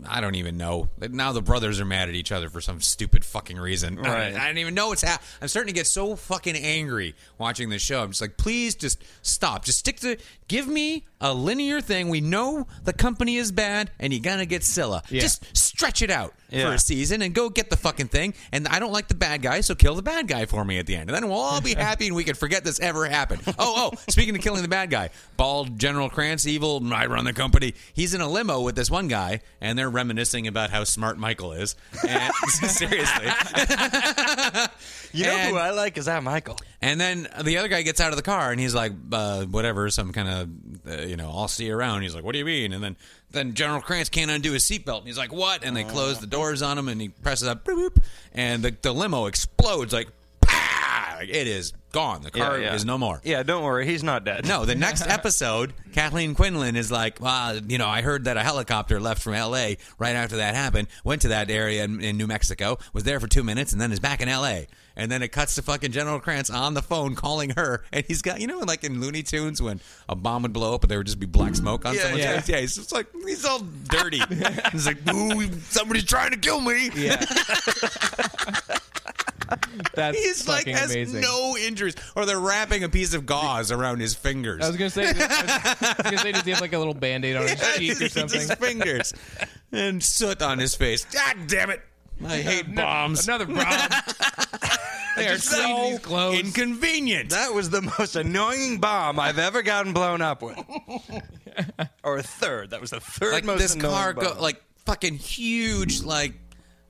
S4: I don't even know. Now the brothers are mad at each other for some stupid fucking reason. I,
S3: Right.
S4: don't, I don't even know what's happening. I'm starting to get so fucking angry watching this show. I'm just like, please just stop. Just stick to. Give me a linear thing. We know the company is bad, and you're gonna get Scylla. Just stretch it out for
S3: Yeah.
S4: a season and go get the fucking thing. And I don't like the bad guy, so kill the bad guy for me at the end, and then we'll all be happy and we can forget this ever happened. Oh, oh! Speaking of killing the bad guy, bald General Krantz, evil. I run the company. He's in a limo with this one guy, and they're reminiscing about how smart Michael is. And, seriously.
S3: You know
S4: And-
S3: who I like is that Michael.
S4: And then the other guy gets out of the car and he's like, uh, whatever, some kind of, uh, you know, I'll see you around. He's like, what do you mean? And then, then General Krantz can't undo his seatbelt. And he's like, what? And they close the doors on him and he presses up, boop, boop, and the, the limo explodes like, "Pah!" Like, it is gone. The car
S3: Yeah, yeah.
S4: is no more.
S3: Yeah, don't worry, he's not dead.
S4: No, the next episode, Kathleen Quinlan is like, well, you know, I heard that a helicopter left from L.A. right after that happened, went to that area in, in New Mexico, was there for two minutes, and then is back in L.A. And then it cuts to fucking General Krantz on the phone calling her, and he's got, you know, like in Looney Tunes when a bomb would blow up, but there would just be black smoke on someone's
S2: yeah.
S4: face. Yeah, he's just like, he's all dirty. he's like, ooh, somebody's trying to kill me.
S2: Yeah. That's
S4: He's like,
S2: fucking
S4: has
S2: amazing.
S4: no injuries, or they're wrapping a piece of gauze around his fingers.
S2: I was gonna say. I was gonna say, does he have like a little band-aid on his cheek or
S4: It's
S2: something?
S4: His fingers and soot on his face. God damn it! I hate bombs.
S2: Another bomb. they are clean these clothes.
S4: inconvenient.
S3: That was the most annoying bomb I've ever gotten blown up with. or a third. That was the third
S4: like
S3: most
S4: this
S3: annoying
S4: car, go,
S3: bomb.
S4: like fucking huge, like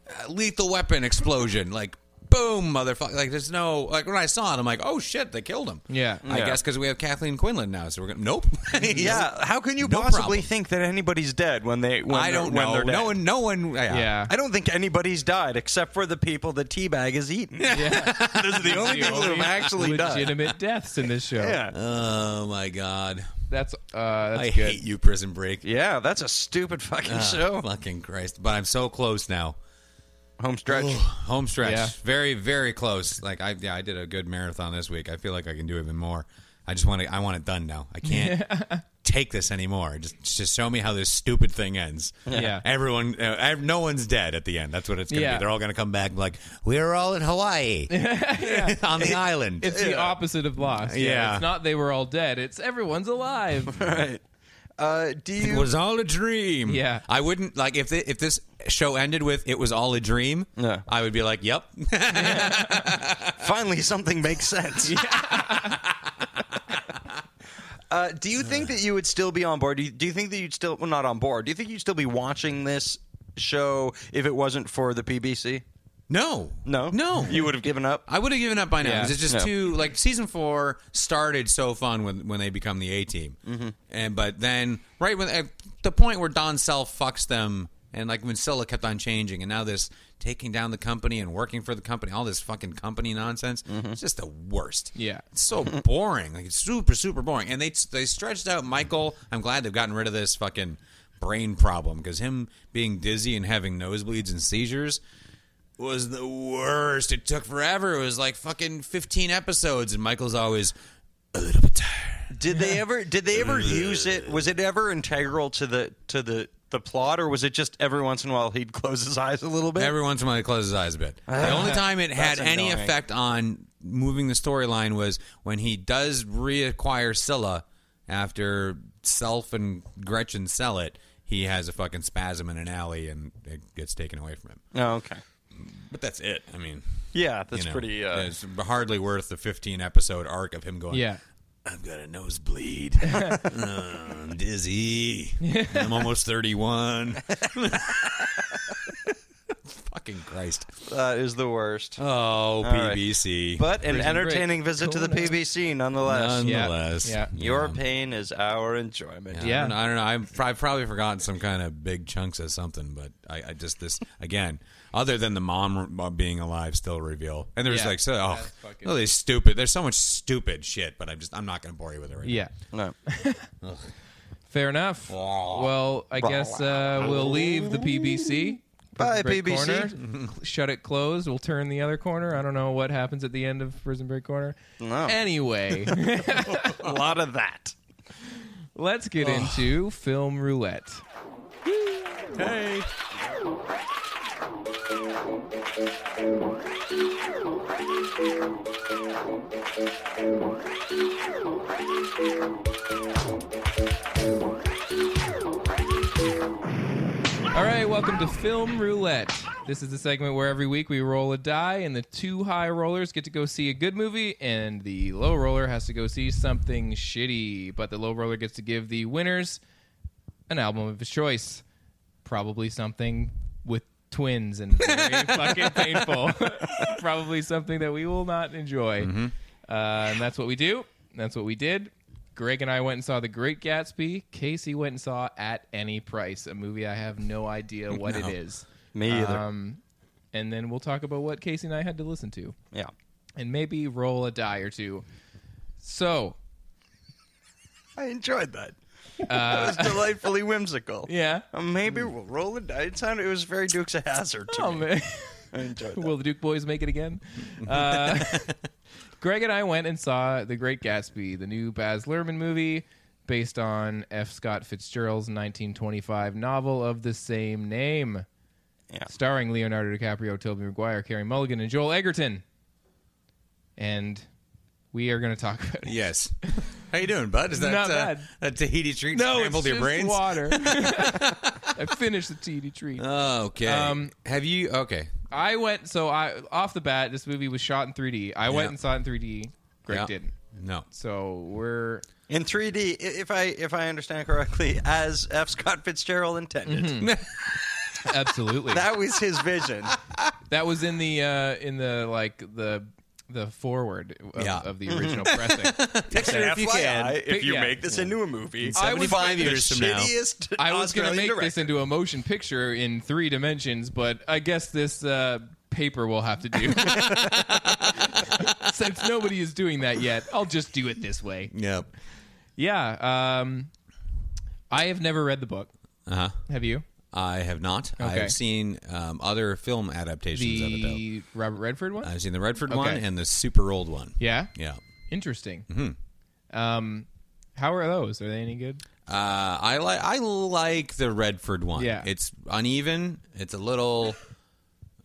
S4: uh, lethal weapon explosion, like. Boom, motherfucker! Like there's no like when I saw it, I'm like, oh shit, they killed him.
S2: Yeah.
S4: I
S3: Yeah.
S4: guess because we have Kathleen Quinlan now, so we're gonna nope.
S3: yeah, how can you
S4: No
S3: possibly
S4: problem.
S3: think that anybody's dead when they when
S4: I don't
S3: they're, when
S4: know.
S3: they're dead?
S4: No one, no one.
S2: Yeah.
S3: I don't think anybody's died except for the people the teabag has eaten. Those are the only people who have actually died.
S2: legitimate deaths in this show.
S3: Yeah.
S4: Oh my god.
S2: That's uh, that's
S4: I
S2: good.
S4: hate you, Prison Break.
S3: Yeah, that's a stupid fucking show.
S4: Fucking Christ! But I'm so close now.
S3: Home stretch.
S4: Home stretch.
S2: Yeah.
S4: Very, very close. Like I yeah, I did a good marathon this week. I feel like I can do even more. I just want to I want it done now. I can't take this anymore. Just just show me how this stupid thing ends.
S2: Yeah.
S4: Everyone uh, ev- no one's dead at the end. That's what it's going to
S2: Yeah.
S4: be. They're all going to come back like we were all in Hawaii on the island.
S2: It's the opposite of Lost.
S4: Yeah.
S2: It's not they were all dead. It's everyone's alive.
S3: Right. Uh, do
S4: It
S3: you?
S4: was all a dream.
S2: Yeah.
S4: I wouldn't like if the, if this show ended with "It was all a dream."
S3: Yeah.
S4: I would be like, "Yep."
S3: Finally, something makes sense. Uh, do you think that you would still be on board? Do you, do you think that you'd still, well, not on board, do you think you'd still be watching this show if it wasn't for the PBC?
S4: no,
S3: No.
S4: no.
S3: You would have given up?
S4: I would have given up by now.
S2: Yeah.
S4: 'cause It's just
S3: No.
S4: too like season four started so fun when when they become the A team, mm-hmm. and but then right when at the point where Don Self fucks them, and like when Scylla kept on changing, and now this taking down the company and working for the company, all this fucking company nonsense, it's just the worst.
S2: Mm-hmm. Yeah.
S4: it's so boring. Like it's super super boring. And they they stretched out Michael. I'm glad they've gotten rid of this fucking brain problem because him being dizzy and having nosebleeds and seizures was the worst. It took forever. It was like fucking 15 episodes, and Michael's always a little bit tired.
S3: Did they ever? Did they ever use it? Was it ever integral to the to the the plot, or was it just every once in a while he'd close his eyes a little bit?
S4: Every once in a while, he closes his eyes a bit. The only time it had any
S3: Ah, annoying.
S4: effect on moving the storyline was when he does reacquire Scylla after Self and Gretchen sell it. He has a fucking spasm in an alley, and it gets taken away from him.
S3: oh, okay.
S4: But that's it. I mean,
S3: Yeah, that's
S4: you know,
S3: pretty. Uh,
S4: it's hardly worth the 15 episode arc of him going.
S2: Yeah.
S4: I've got a nosebleed. Uh, I'm dizzy. I'm almost 31. Fucking Christ.
S3: That uh, is the worst.
S4: Oh,
S3: right.
S4: PBC.
S3: but an
S2: Prison
S3: entertaining
S2: Break.
S3: visit to the PBC nonetheless.
S4: Nonetheless.
S2: uh, Yeah.
S3: Your pain is our enjoyment.
S4: I don't know. I don't know. I've, I've probably forgotten some kind of big chunks of something, but I, I just, this, again, other than the mom r- uh, being alive still reveal. And there's
S2: Yeah.
S4: like, so, oh,
S2: That's fucking-
S4: really stupid. There's so much stupid shit, but I'm just, I'm not going to bore you with it right
S2: Yeah.
S3: No.
S2: Fair enough. Well, I guess uh, we'll leave the PBC.
S3: Bye,
S2: Prison Break
S3: PBC.
S2: Corner. Shut it closed. We'll turn the other corner. I don't know what happens at the end of Prison Break Corner.
S3: No.
S2: Anyway,
S3: A lot of that.
S2: let's get into film roulette.
S4: now. Hey.
S2: All right, welcome to Film Roulette. This is the segment where every week we roll a die, and the two high rollers get to go see a good movie, and the low roller has to go see something shitty. But the low roller gets to give the winners an album of his choice, probably something with twins and very fucking painful. probably something that we will not enjoy. Uh, and that's what we do. That's what we did. Greg and I went and saw The Great Gatsby. Casey went and saw At Any Price, a movie I have no idea what it is.
S3: Me either.
S2: Um, And then we'll talk about what Casey and I had to listen to
S3: yeah.
S2: and maybe roll a die or two. So,
S3: I enjoyed that. that was delightfully whimsical.
S2: Uh, yeah.
S3: Uh, maybe we'll roll a die. It sounded it was very Dukes of Hazard to
S2: Oh,
S3: me.
S2: man.
S3: I enjoyed that.
S2: Will the Duke boys make it again? Uh, Greg and I went and saw The Great Gatsby, the new Baz Luhrmann movie based on F. Scott Fitzgerald's 1925 novel of the same name,
S3: Yeah.
S2: starring Leonardo DiCaprio, Tobey Maguire, Carey Mulligan, and Joel Egerton. And we are going to talk about it.
S4: Yes. How you doing, bud? Is that
S2: Not
S4: uh,
S2: bad.
S4: that Tahiti treat
S2: No, it's
S4: scrambled
S2: just
S4: your brains?
S2: water. I finished the TD treat.
S4: Okay.
S2: Um,
S4: Have you? Okay.
S2: I went so I off the bat. This movie was shot in 3D. I
S4: Yeah.
S2: went and saw it in 3D. Greg
S4: Yeah.
S2: didn't.
S4: No.
S2: So we're
S3: In 3D, i- if I if I understand correctly, as F. Scott Fitzgerald intended,
S2: Mm-hmm. absolutely that,
S3: that was his vision.
S2: was in the uh, in the like the the forward of,
S4: Yeah.
S2: of
S3: Mm-hmm.
S2: the original pressing.
S3: Picture
S4: if you can.
S3: if you
S2: Yeah.
S3: make this into a movie,
S2: I was-
S4: 75 years from now.
S3: shittiest
S2: I was going to
S3: Australian
S2: make
S3: director.
S2: this into a motion picture in three dimensions, but I guess this uh, paper will have to do. Since nobody is doing that yet, I'll just do it this way.
S4: Yep.
S2: Yeah. Um, I have never read the book.
S4: Uh huh.
S2: Have you?
S4: I have not. I
S2: Okay.
S4: have seen um, other film adaptations of it
S2: The Robert Redford one.
S4: though. I've seen the Redford one
S2: Okay.
S4: and the super old one.
S2: yeah.
S4: Yeah.
S2: Interesting. Um, how are those? Are they any good?
S4: Uh, I like I like the Redford one.
S2: Yeah.
S4: It's uneven. It's a little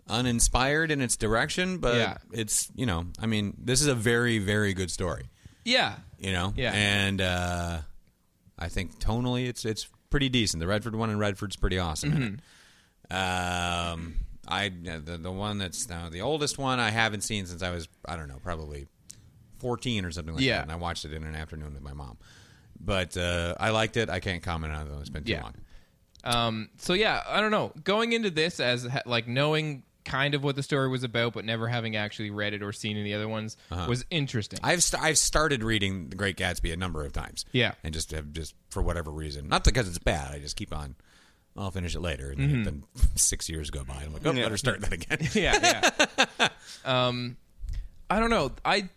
S4: uninspired in its direction, but
S2: Yeah.
S4: it's you know I mean this is a very very good story.
S2: Yeah.
S4: you know
S2: Yeah.
S4: and uh I think tonally it's it's pretty decent. The Redford one and Redford's pretty awesome. in it.
S2: Mm-hmm.
S4: Um, I the, the one that's now the oldest one I haven't seen since I was I don't know probably fourteen or something like
S2: Yeah.
S4: that, and I watched it in an afternoon with my mom. But uh, I liked it. I can't comment on it. though. It's been too
S2: Yeah.
S4: long.
S2: Um, so yeah, I don't know. Going into this as ha- like knowing kind of what the story was about, but never having actually read it or seen any other ones was interesting.
S4: I've st- I've started reading The Great Gatsby a number of times.
S2: Yeah.
S4: and just have just for whatever reason, not because it's bad. I just keep on. I'll finish it later, and then six years go by. I'm like, oh, better start that again.
S2: Mm-hmm. yeah, yeah. um, I don't know. I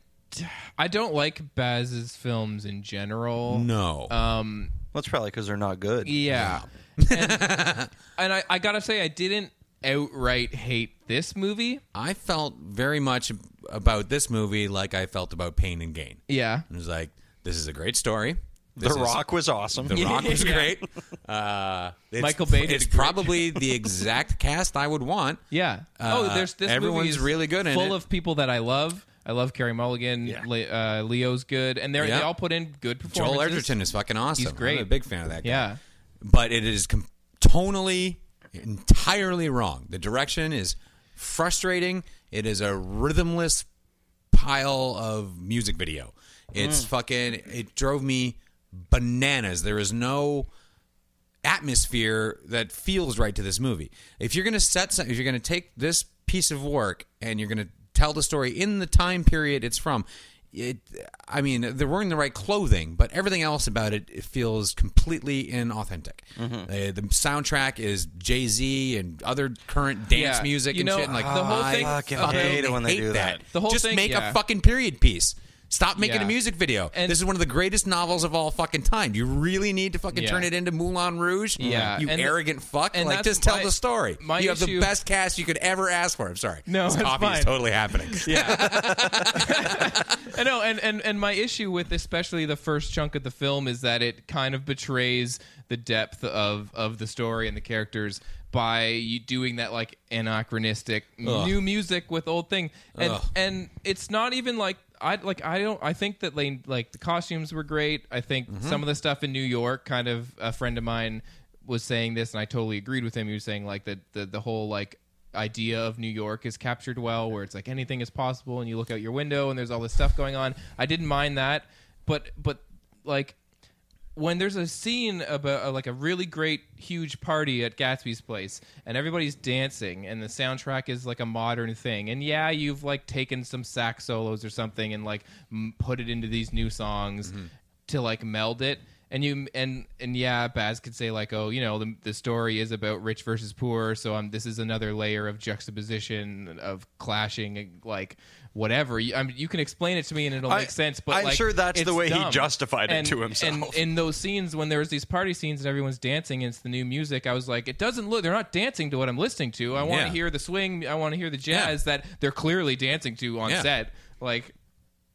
S2: I don't like Baz's films in general.
S4: no,
S2: Um,
S3: Well, it's probably because they're not good.
S2: Yeah. and and I, I gotta say, I didn't outright hate this movie.
S4: I felt very much about this movie like I felt about Pain and Gain.
S2: Yeah.
S4: It was like this is a great story.
S3: The
S4: This is-
S3: Rock was awesome.
S4: The Rock was great. Uh, it's-
S2: Michael Bay did
S4: It's
S2: a great
S4: probably the exact cast I would want.
S2: Yeah.
S4: Uh,
S2: oh, there's this
S4: everyone's
S2: movie is
S4: really good in
S2: full
S4: it.
S2: of people that I love. I love Carey Mulligan. Le- uh, Leo's good, and they are
S4: Yeah.
S2: they all put in good performances.
S4: Joel Edgerton is fucking awesome.
S2: He's great.
S4: I'm a big fan of that guy.
S2: Yeah.
S4: But it is com- tonally entirely wrong. The direction is frustrating. It is a rhythmless pile of music video. It's fucking it drove me bananas. There is no atmosphere that feels right to this movie. If you're going to set some, if you're going to take this piece of work and you're going to tell the story in the time period it's from, it I mean, they're wearing the right clothing, but everything else about it, it feels completely inauthentic.
S2: Mm-hmm.
S4: Uh, the soundtrack is Jay-Z and other current dance
S2: Yeah.
S4: music
S2: You
S4: and
S2: know,
S4: shit and like
S2: the whole thing
S4: I
S2: fucking
S4: fucking
S3: hate it when they
S4: hate
S3: do that.
S2: The whole
S4: Just
S2: thing-
S4: make
S2: yeah.
S4: a fucking period piece. Stop making
S2: Yeah.
S4: a music video.
S2: And-
S4: this is one of the greatest novels of all fucking time. You really need to fucking
S2: Yeah.
S4: turn it into Moulin Rouge.
S2: Yeah,
S4: You
S2: and-
S4: arrogant fuck.
S2: and
S4: like,
S2: that's
S4: just tell
S2: my-
S4: the story.
S2: my
S4: you have the
S2: issue-
S4: best cast you could ever ask for. I'm sorry.
S2: No,
S4: this
S2: it's
S4: copy
S2: fine.
S4: is totally happening.
S2: Yeah. I know, and, and and my issue with especially the first chunk of the film is that it kind of betrays the depth of of the story and the characters by you doing that like anachronistic new music with old thing, and and it's not even like. I like I don't I think that they like the costumes were great. I think some of the stuff in New York kind of a friend of mine was saying this and I totally agreed with him. He was saying like that the, the whole like idea of New York is captured well, where it's like anything is possible, and you look out your window and there's all this stuff going on. I didn't mind that, but but like when there's a scene about uh, like a really great huge party at Gatsby's place and everybody's dancing and the soundtrack is like a modern thing and yeah you've like taken some sax solos or something and like m- put it into these new songs
S3: Mm-hmm.
S2: to like meld it and you and and yeah Baz could say like oh you know the, the story is about rich versus poor so um this is another layer of juxtaposition of clashing and, like whatever you, I mean, you can explain it to me and it'll
S3: I-
S2: make sense but
S3: I'm
S2: like,
S3: sure that's the
S2: it's
S3: way he
S2: dumb.
S3: justified it
S2: And-
S3: to himself.
S2: and in those scenes when there was these party scenes and everyone's dancing and it's the new music i was like it doesn't look they're not dancing to what i'm listening to i want to
S4: Yeah.
S2: hear the swing i want to hear the jazz that they're clearly dancing to on
S4: Yeah.
S2: set like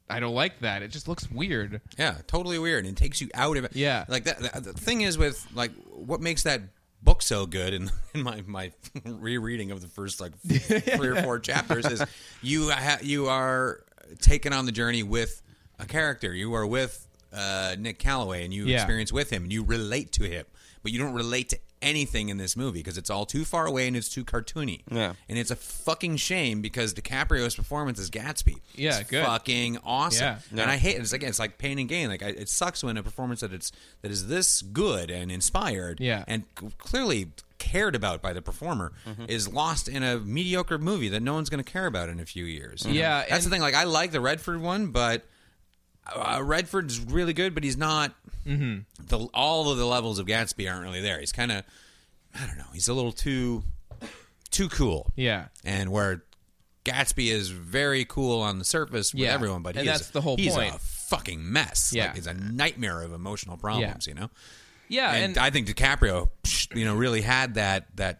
S2: i don't like that it just looks weird
S4: Yeah, totally weird. And it takes you out of it.
S2: Yeah.
S4: Like that, that- the thing is with like what makes that book so good in, in my my rereading of the first like three or four chapters is you ha- you are taken on the journey with a character. You are with uh, Nick Calloway and you
S2: Yeah.
S4: experience with him and you relate to him, but you don't relate to anything in this movie because it's all too far away and it's too cartoony.
S3: Yeah.
S4: And it's a fucking shame because DiCaprio's performance as Gatsby.
S2: Yeah,
S4: is
S2: good.
S4: Fucking awesome.
S2: Yeah.
S4: And I hate it. It's like it's like pain and gain. Like I, it sucks when a performance that it's that is this good and inspired,
S2: Yeah. Mm-hmm.
S4: and c- clearly cared about by the performer, is lost in a mediocre movie that no one's going to care about in a few years. you know?
S2: Yeah,
S4: that's the
S2: and-
S4: thing. Like I like the Redford one, but uh, Redford's really good, but he's not.
S2: Mm-hmm.
S4: The all of the levels of Gatsby aren't really there. He's kind of, I don't know. He's a little too, too cool
S2: yeah
S4: and where Gatsby is very cool on the surface with
S2: Yeah.
S4: everyone, but
S2: And
S4: he is-
S2: that's the whole
S4: he's
S2: point.
S4: a fucking mess.
S2: Yeah.
S4: like, he's a nightmare of emotional problems. You know,
S2: yeah
S4: and,
S2: and,
S4: I think DiCaprio, you know, really had that that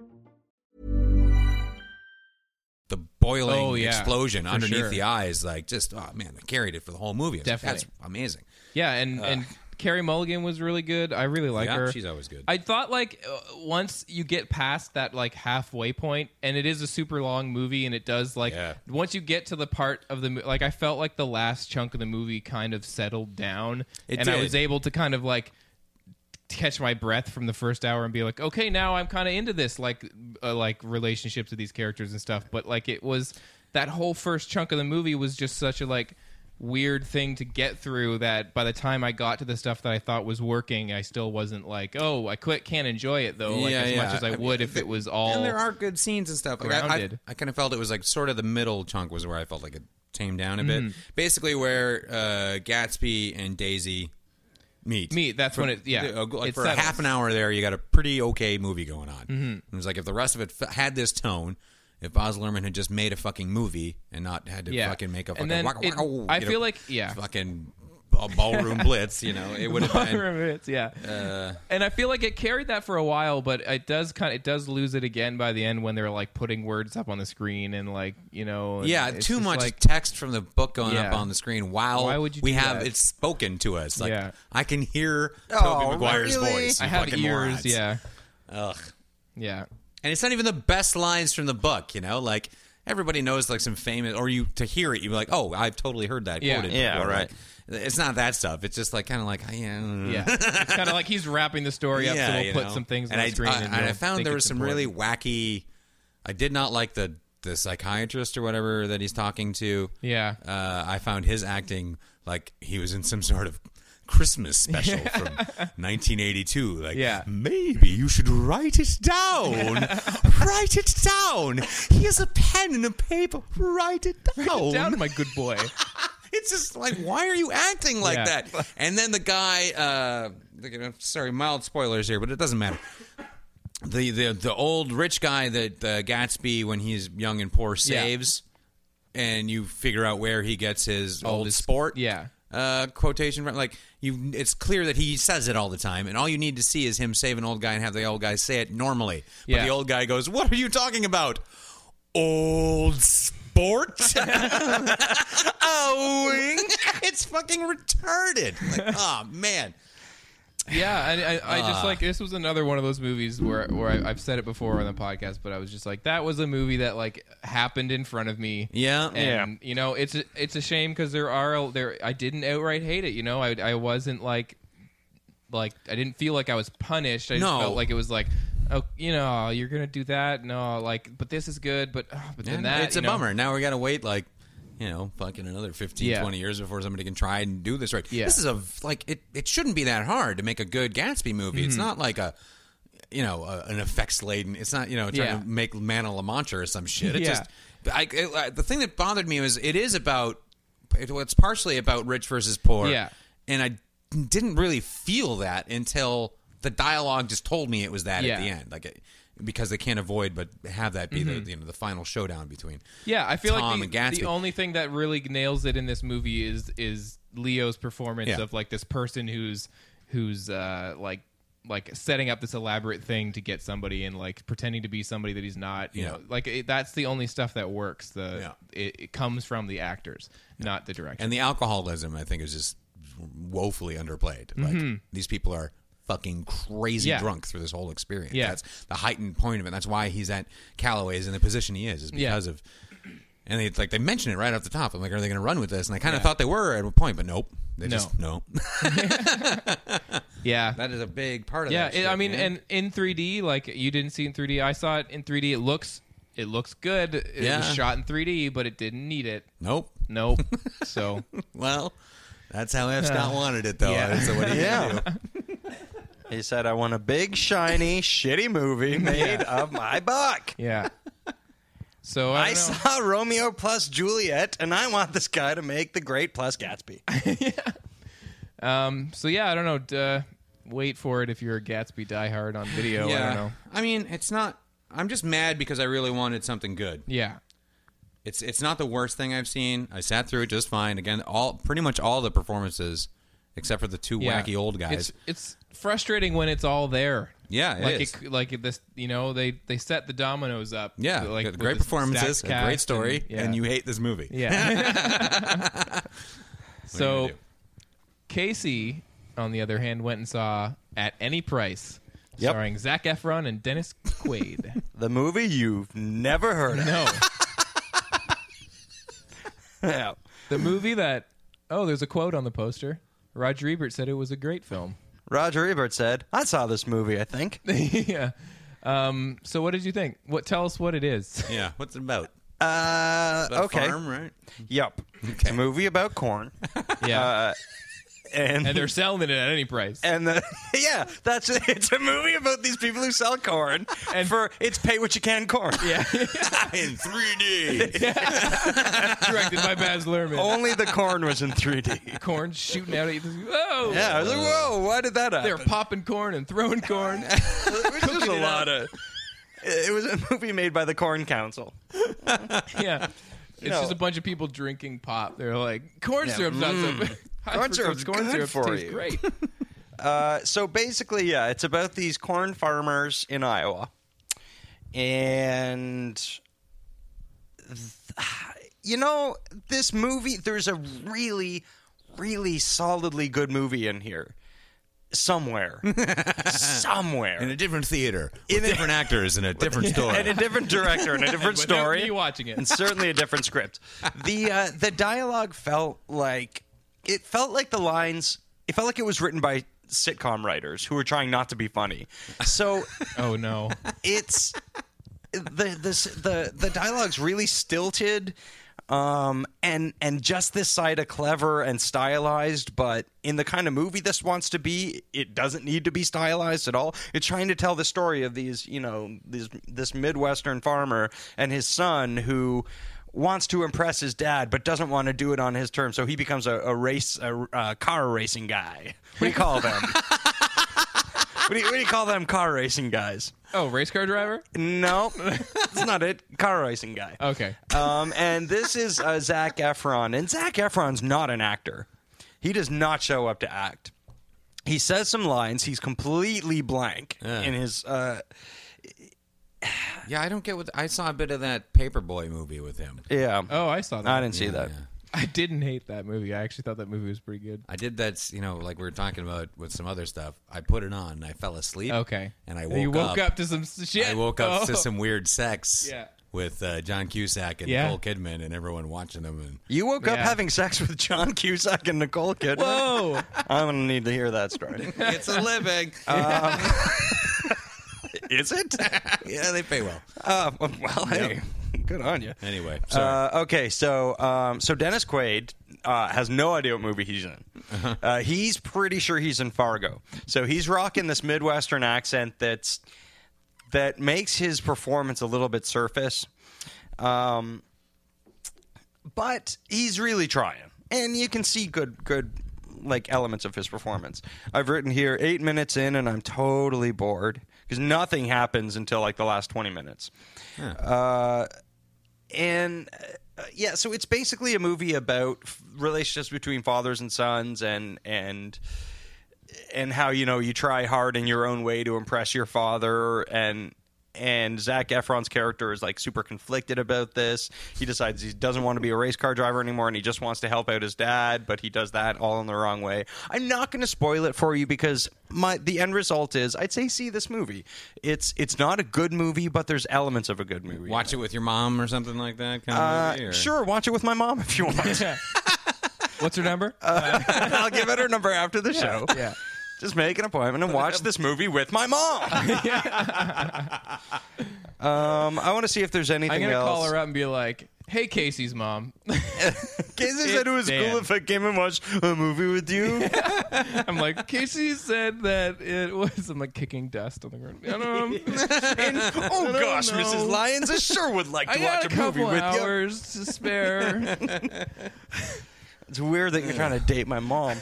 S4: the boiling
S2: Oh, yeah,
S4: explosion
S2: for
S4: underneath
S2: sure.
S4: the eyes, like just oh man, they carried it for the whole movie. I was like,
S2: Definitely.
S4: that's amazing.
S2: Yeah, and and Carrie Mulligan was really good. I really like
S4: Yeah,
S2: her.
S4: she's always good.
S2: I thought like uh, once you get past that like halfway point, and it is a super long movie, and it does like
S4: Yeah.
S2: once you get to the part of the mo- like I felt like the last chunk of the movie kind of settled down,
S4: It
S2: and I
S4: did.
S2: was able to kind of like catch my breath from the first hour and be like okay now i'm kind of into this like uh, like relationships with these characters and stuff but like it was that whole first chunk of the movie was just such a like weird thing to get through that by the time i got to the stuff that i thought was working i still wasn't like oh i quit can't enjoy it though like
S4: Yeah,
S2: as
S4: yeah.
S2: much as i,
S4: I mean,
S2: would if it was all
S4: and there are good scenes and stuff. Like, I- I,
S2: grounded.
S4: kind of felt it was like sort of the middle chunk was where I felt like it tamed down a
S2: Mm-hmm.
S4: bit. Basically, where uh, Gatsby and Daisy meet.
S2: Meet, that's
S4: For-
S2: when it- yeah,
S4: uh, like
S2: it
S4: for a
S2: settles.
S4: half an hour there, you got a pretty okay movie going on. Mm-hmm. It was like if the rest of it f- had this tone. If Boz Luhrmann had just made a fucking movie and not had to
S2: Yeah.
S4: fucking make a fucking,
S2: And then
S4: waka-
S2: it-
S4: waka-
S2: I
S4: you know,
S2: feel like- yeah.
S4: fucking a ballroom blitz, you know, it would have been
S2: Ballroom Blitz, yeah.
S4: Uh,
S2: and I feel like it carried that for a while, but it does kind it does lose it again by the end when they're like putting words up on the screen and like you know and
S4: Yeah,
S2: it's
S4: too
S2: just
S4: much
S2: like-
S4: text from the book going up
S2: Yeah.
S4: on the screen while
S2: Why would you
S4: we
S2: do
S4: have
S2: that?
S4: it spoken to us. Like
S2: Yeah.
S4: I can hear Toby
S3: Oh,
S4: Maguire's
S3: really?
S4: voice. you
S2: I have
S4: fucking
S2: ears,
S4: morons.
S2: yeah,
S4: Ugh.
S2: yeah.
S4: And it's not even the best lines from the book, you know? Like everybody knows like some famous or you to hear it, you're like, Oh, I've totally heard that
S2: Yeah.
S4: quoted
S3: Yeah,
S4: before.
S3: right.
S4: Like, it's not that stuff. It's just like kinda like yeah.
S2: Yeah, it's kind of like he's wrapping the story up, so
S4: Mm.
S2: we'll
S4: you
S2: put
S4: know.
S2: some things
S4: and
S2: on
S4: I,
S2: the screen.
S4: I,
S2: and
S4: and I
S2: you'll
S4: found
S2: think
S4: there was
S2: it's
S4: some
S2: important.
S4: really wacky. I did not like the the psychiatrist or whatever that he's talking to.
S2: Yeah.
S4: uh, I found his acting like he was in some sort of Christmas special from 1982. Like,
S2: Yeah.
S4: maybe you should write it down. write it down. Here's a pen and a paper. Write it down.
S2: down, my good boy.
S4: It's just like, why are you acting like
S2: Yeah.
S4: that? And then the guy, uh, the- sorry, mild spoilers here, but it doesn't matter. The the the old rich guy that uh, Gatsby, when he's young and poor,
S2: Yeah.
S4: saves, and you figure out where he gets his old,
S2: his-
S4: sport,
S2: yeah.
S4: uh, quotation mark. Like you, it's clear that he says it all the time, and all you need to see is him save an old guy and have the old guy say it normally. But
S2: Yeah.
S4: the old guy goes, "What are you talking about?" Old sport. Owing. It's fucking retarded. Like, oh man.
S2: Yeah, and I, I
S4: Ah.
S2: just like this was another one of those movies where where I, I've said it before on the podcast, but I was just like, that was a movie that like happened in front of me.
S4: Yeah.
S2: and you know, it's a, it's a shame because there are there I didn't outright hate it. You know, I I wasn't like like I didn't feel like I was punished. I just
S4: No.
S2: felt like it was like. Oh, you know, you're gonna do that. No, like, but this is good. But, ah, but then that
S4: it's a
S2: you know.
S4: bummer. Now we gotta wait like you know, fucking another 15,
S2: Yeah.
S4: 20 years before somebody can try and do this right.
S2: Yeah.
S4: This is a like it it shouldn't be that hard to make a good Gatsby movie.
S2: Mm-hmm.
S4: It's not like a you know, a, an effects laden. It's not you know trying
S2: Yeah.
S4: to make Man of La Mancha or some shit. It
S2: Yeah.
S4: just I, it- I- the thing that bothered me was it is about it, it's partially about rich versus poor.
S2: Yeah.
S4: and I didn't really feel that until the dialogue just told me it was that
S2: Yeah. Mm-hmm.
S4: at the end, like it, because they can't avoid but have that be the you know the final showdown between.
S2: Yeah, I feel
S4: Tom
S2: like
S4: and
S2: the,
S4: Gatsby.
S2: the only thing that really nails it in this movie is is Leo's performance
S4: Yeah.
S2: of like this person who's who's uh like like setting up this elaborate thing to get somebody and like pretending to be somebody that he's not. You
S4: Yeah.
S2: know, like it, that's the only stuff that works. The
S4: Yeah.
S2: it, it comes from the actors, not the direction.
S4: and the alcoholism I think is just woefully underplayed. Like these people are fucking crazy
S2: Mm-hmm. Yeah.
S4: drunk through this whole experience.
S2: Yeah.
S4: That's the heightened point of it. That's why he's at Callaway's in the position he is, is
S2: Yeah.
S4: because of and they like they mention it right off the top. I'm like, are they gonna run with this? And I kinda thought they were at a point, but nope. They
S2: No.
S4: just no.
S2: yeah,
S4: that is a big part of
S2: yeah.
S4: that.
S2: it-
S4: shit,
S2: I mean,
S4: man.
S2: and in 3D, like you didn't see it in 3D. I saw it in 3D. It looks it looks good. It
S4: Yeah.
S2: was shot in 3D, but it didn't need it.
S4: Nope.
S2: Nope. So
S4: Well, that's how F. Scott wanted it, though.
S2: yeah.
S4: So what do you
S3: Yeah.
S4: do?
S3: He said, I want a big, shiny, shitty movie made of my buck.
S2: yeah. So I,
S3: I
S2: don't know.
S3: saw Romeo plus Juliet, and I want this guy to make the great plus Gatsby.
S2: So yeah, I don't know. D- Uh, wait for it if you're a Gatsby diehard on video. I don't know.
S4: I mean, it's not. I'm just mad because I really wanted something good.
S2: Yeah.
S4: It's it's not the worst thing I've seen. I sat through it just fine. Again, all pretty much all the performances, except for the two
S2: yeah.
S4: wacky old guys.
S2: It's, it's frustrating when it's all there.
S4: Yeah, it
S2: like
S4: is.
S2: It, like it- this, you know, they they set the dominoes up.
S4: yeah,
S2: like
S4: got
S2: with
S4: great
S2: the
S4: performances,
S2: stacked
S4: a great
S2: cast
S4: story, and,
S2: yeah.
S4: you hate this movie.
S2: yeah. so
S4: do?
S2: Casey, on the other hand, went and saw at any price.
S3: Yep.
S2: Starring Zach Efron and Dennis Quaid.
S3: The movie you've never heard of.
S2: no,
S3: Yeah.
S2: the movie that oh, there's a quote on the poster. Roger Ebert said it was a great film.
S3: Roger Ebert said, I saw this movie, I think.
S2: yeah. Um, so what did you think? What tell us what it is?
S4: Yeah, what's it about?
S3: Uh,
S4: About a
S3: okay.
S4: farm, right?
S3: Yep. It's a movie about corn.
S2: Yeah.
S3: Uh, And,
S2: and they're selling it at any price.
S3: and the, yeah, that's it's a movie about these people who sell corn. And for it's pay what you can corn.
S2: yeah.
S4: In 3D.
S2: Directed by Baz Luhrmann.
S3: Only the corn was in 3D.
S2: corn shooting out at you. Whoa.
S3: Oh. Yeah, I was like, whoa, why did that happen?
S2: They're popping corn and throwing corn.
S3: It was just a
S2: it
S3: lot
S2: up.
S3: of. It was a movie made by the Corn Council.
S2: yeah. It's
S3: No.
S2: just a bunch of people drinking pop. They're like, corn syrup's not so High
S3: Mm. Corn
S2: fructose
S3: syrup's
S2: corn
S3: good
S2: syrup
S3: for
S2: tastes
S3: you.
S2: great.
S3: Uh, so basically, yeah, it's about these corn farmers in Iowa, and th- you know this movie. There's a really, really solidly good movie in here somewhere, somewhere,
S4: In a different theater. With different actors in a different story.
S3: and a different director and a different
S2: Without
S3: story.
S2: me watching it.
S3: and certainly a different script. The uh, the dialogue felt like it felt like the lines. It felt like it was written by sitcom writers who were trying not to be funny. So
S2: Oh no.
S3: it's the this the the dialogue's really stilted um and and just this side of clever and stylized but in the kind of movie this wants to be it doesn't need to be stylized at all it's trying to tell the story of these you know these this midwestern farmer and his son who wants to impress his dad but doesn't want to do it on his terms so he becomes a, a race a, uh car racing guy what do you call them what, do you, what do you call them car racing guys
S2: Oh, race car driver?
S3: no, that's not it. Car racing guy.
S2: Okay.
S3: Um, and this is uh, Zach Efron, and Zach Efron's not an actor. He does not show up to act. He says some lines. He's completely blank in his. Uh,
S4: yeah, I don't get what. I saw a bit of that Paperboy movie with him.
S3: yeah,
S2: Oh, I saw that.
S3: I didn't see that.
S2: I didn't hate that movie. I actually thought that movie was pretty good.
S4: I did that, you know, like we were talking about with some other stuff. I put it on and I fell asleep.
S2: Okay.
S4: And I woke,
S2: You woke up, to some s- shit.
S4: I woke up to
S2: Oh.
S4: some weird sex
S2: Yeah.
S4: with uh, John Cusack and
S2: Yeah.
S4: Nicole Kidman and everyone watching them. And
S3: You woke up
S2: Yeah.
S3: having sex with John Cusack and Nicole Kidman.
S2: Whoa.
S3: I'm gonna need to hear that story.
S4: it's a living.
S2: Um,
S3: is it?
S4: yeah, they pay well.
S3: Uh, well, hey, good on you.
S4: Anyway, sorry.
S3: Uh, okay, so um, so Dennis Quaid uh, has no idea what movie he's in. uh he's pretty sure he's in Fargo. So he's rocking this Midwestern accent that's that makes his performance a little bit surface. Um, but he's really trying, and you can see good good like elements of his performance. I've written here eight minutes in, and I'm totally bored because nothing happens until like the last twenty minutes and uh, yeah, so it's basically a movie about f- relationships between fathers and sons, and and and how you know you try hard in your own way to impress your father, and and Zach Efron's character is like super conflicted about this. He decides he doesn't want to be a race car driver anymore, and he just wants to help out his dad, but he does that all in the wrong way. I'm not going to spoil it for you because my the end result is I'd say see this movie. It's it's not a good movie, but there's elements of a good movie. in it.
S4: Watch it with your mom or something like that. Kind of movie,
S3: Uh,
S4: or-
S3: sure, watch it with my mom if you want.
S2: What's her number?
S3: I'll give out her number after the show.
S2: yeah.
S3: Just make an appointment and watch this movie with my mom. um, I want to see if there's anything
S2: I'm gonna
S3: else.
S2: call her up and be like, "Hey, Casey's mom,
S3: Casey said it was
S2: Dan.
S3: cool if I came and watched a movie with you.
S2: I'm like, Casey said that it was. I'm like kicking dust on the ground. I don't know.
S3: And, oh gosh, Mrs. Lyons, I sure would like
S2: I
S3: to
S2: got a
S3: watch a, movie
S2: couple
S3: with you.
S2: hours to spare.
S3: It's weird that you're trying to date my mom.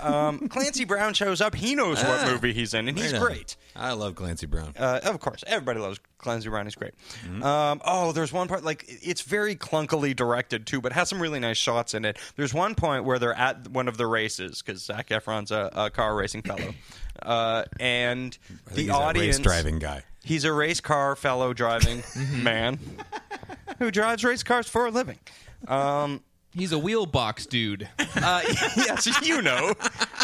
S3: Um, Clancy Brown shows up. He knows
S2: Ah.
S3: what movie he's in, and he's
S4: Right on.
S3: great.
S4: I love Clancy Brown.
S3: Uh, of course, everybody loves Clancy Brown. He's great.
S4: Mm-hmm.
S3: Um, oh, there's one part like it's very clunkily directed too, but has some really nice shots in it. There's one point where they're at one of the races because Zach Efron's a, a car racing fellow, uh, and
S4: I
S3: the
S4: think he's a
S3: audience
S4: race driving Mm-hmm. guy.
S3: He's a race car fellow driving man who drives race cars for a living. Um,
S2: He's a wheel box dude.
S3: uh, yes, you know,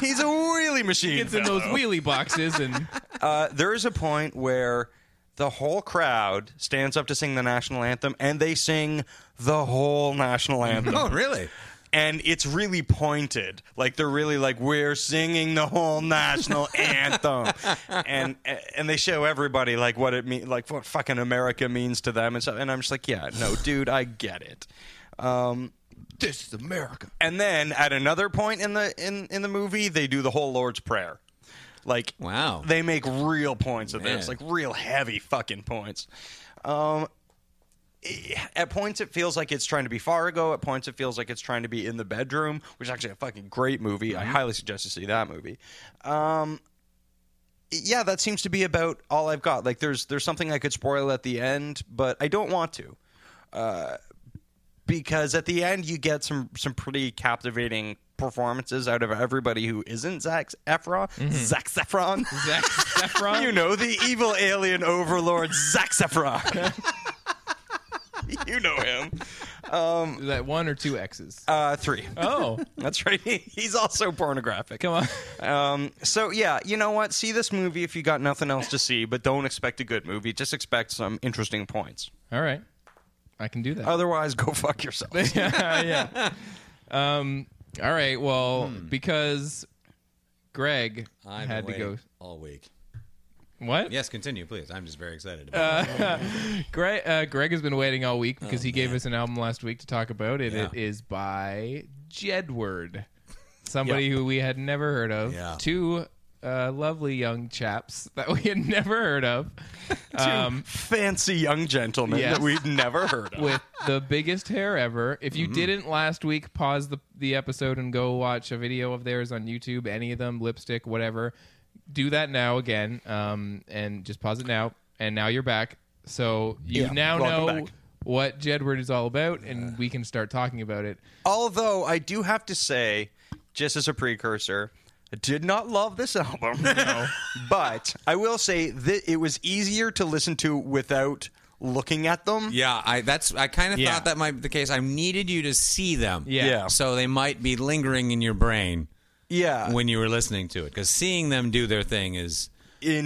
S3: he's a wheelie machine.
S2: Gets in
S3: fellow.
S2: those wheelie boxes and
S3: Uh, there is a point where the whole crowd stands up to sing the national anthem, and they sing the whole national
S2: Mm-hmm.
S3: anthem.
S4: Oh, really?
S3: And it's really pointed, like they're really like we're singing the whole national anthem, and and they show everybody like what it mean, like what fucking America means to them and stuff. And I'm just like, yeah, no, dude, I get it. Um,
S2: this is America.
S3: and then at another point in the in, in the movie, they do the whole Lord's Prayer. Like
S4: Wow.
S3: they make real points of this,
S4: Man.
S3: like real heavy fucking points. Um, eh, at points, it feels like it's trying to be Fargo. At points, it feels like it's trying to be in the bedroom, which is actually a fucking great movie.
S4: Mm-hmm.
S3: I highly suggest you see that movie. Um, yeah, that seems to be about all I've got. Like, there's there's something I could spoil at the end, but I don't want to, uh, because at the end you get some some pretty captivating performances out of everybody who isn't Zach Efron.
S4: Mm-hmm.
S3: Zac Efron.
S2: Zach Efron.
S3: You know the evil alien overlord Zac Efron. you know him.
S2: Is that one or two X's?
S3: Uh, three.
S2: Oh,
S3: That's right. He- He's also pornographic.
S2: come on.
S3: Um, so yeah, you know what? See this movie if you got nothing else to see, but don't expect a good movie. Just expect some interesting points.
S2: All right, I can do that.
S3: Otherwise, go fuck yourself.
S2: yeah. Um.
S4: Oh.
S2: All right. Well, because Greg
S4: Hmm. I've
S2: had to
S4: been
S2: go.
S4: waiting all week.
S2: What?
S4: Yes, continue, please. I'm just very excited
S2: Uh,
S4: about it.
S2: Greg. Uh, Greg has been waiting all week because he gave us an album last week to talk about it. It
S4: Oh, Yeah.
S2: is by Jedward, somebody who we had never heard of.
S4: Yeah.
S2: Two uh, lovely young chaps that we had never heard of. Um,
S3: Fancy young gentleman
S2: Yes.
S3: that we've never heard of.
S2: with the biggest hair ever. If
S3: Mm-hmm.
S2: you didn't last week, pause the, the episode and go watch a video of theirs on YouTube, any of them, lipstick, whatever. Do that now again, um, and just pause it now. And now you're back. So you
S3: Yeah,
S2: now
S3: welcome
S2: know
S3: back.
S2: what Jedward is all about, and we can start talking about it.
S3: Although I do have to say, just as a precursor, I did not love this album. but I will say that it was easier to listen to without looking at them.
S4: Yeah, I that's I kind of
S2: Yeah.
S4: thought that might be the case. I needed you to see them.
S2: Yeah.
S3: Yeah.
S4: So they might be lingering in your brain
S3: Yeah.
S4: when you were listening to it cuz seeing them do their thing is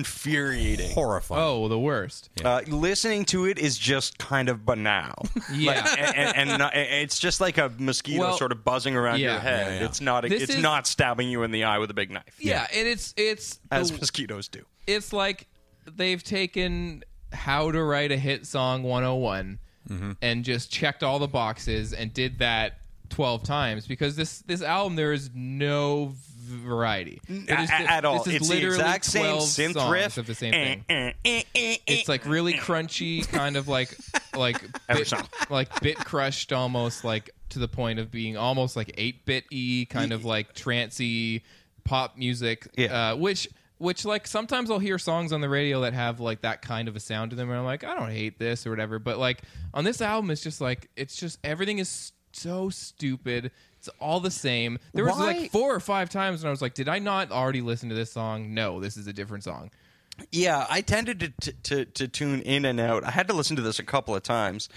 S3: Infuriating.
S4: horrifying.
S2: Oh, the worst.
S3: Uh, listening to it is just kind of banal.
S2: Yeah.
S3: Like, and, and, and not, and it's just like a mosquito
S2: Well,
S3: sort of buzzing around
S2: yeah.
S3: your head.
S4: Yeah, yeah.
S3: It's not.
S2: This
S3: It's
S2: is-
S3: not stabbing you in the eye with a big knife.
S2: Yeah, and it's it's
S3: as
S2: the-
S3: mosquitoes do.
S2: it's like they've taken how to write a hit song 101
S3: Mm-hmm.
S2: and just checked all the boxes and did that 12 times because this this album there is no variety It
S3: A-
S2: is just-
S3: a- at all.
S2: this is
S3: it's the
S2: literally
S3: exact same
S2: 12
S3: synth
S2: songs
S3: riff
S2: of the same
S3: Eh,
S2: thing
S3: eh, eh, eh, eh.
S2: it's like really crunchy kind of like like
S3: Every
S2: bit,
S3: song.
S2: like bit crushed almost like to the point of being almost like 8-bit e kind of like trancey pop music
S3: Yeah.
S2: uh, which which like sometimes I'll hear songs on the radio that have like that kind of a sound to them and I'm like I don't hate this or whatever but like on this album it's just like it's just everything is so stupid it's all the same there was
S3: Why-
S2: like four or five times when I was like did I not already listen to this song no this is a different song
S3: yeah, I tended to, t- to to tune in and out. I had to listen to this a couple of times.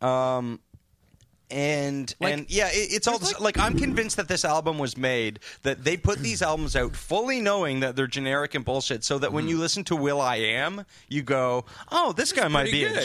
S3: Um, and and yeah, it, it's all like, like I'm convinced that this album was made that they put these albums out fully knowing that they're generic and bullshit, so that when you listen to Will I Am, you go, "Oh, this guy might be
S4: pretty
S3: a
S4: good."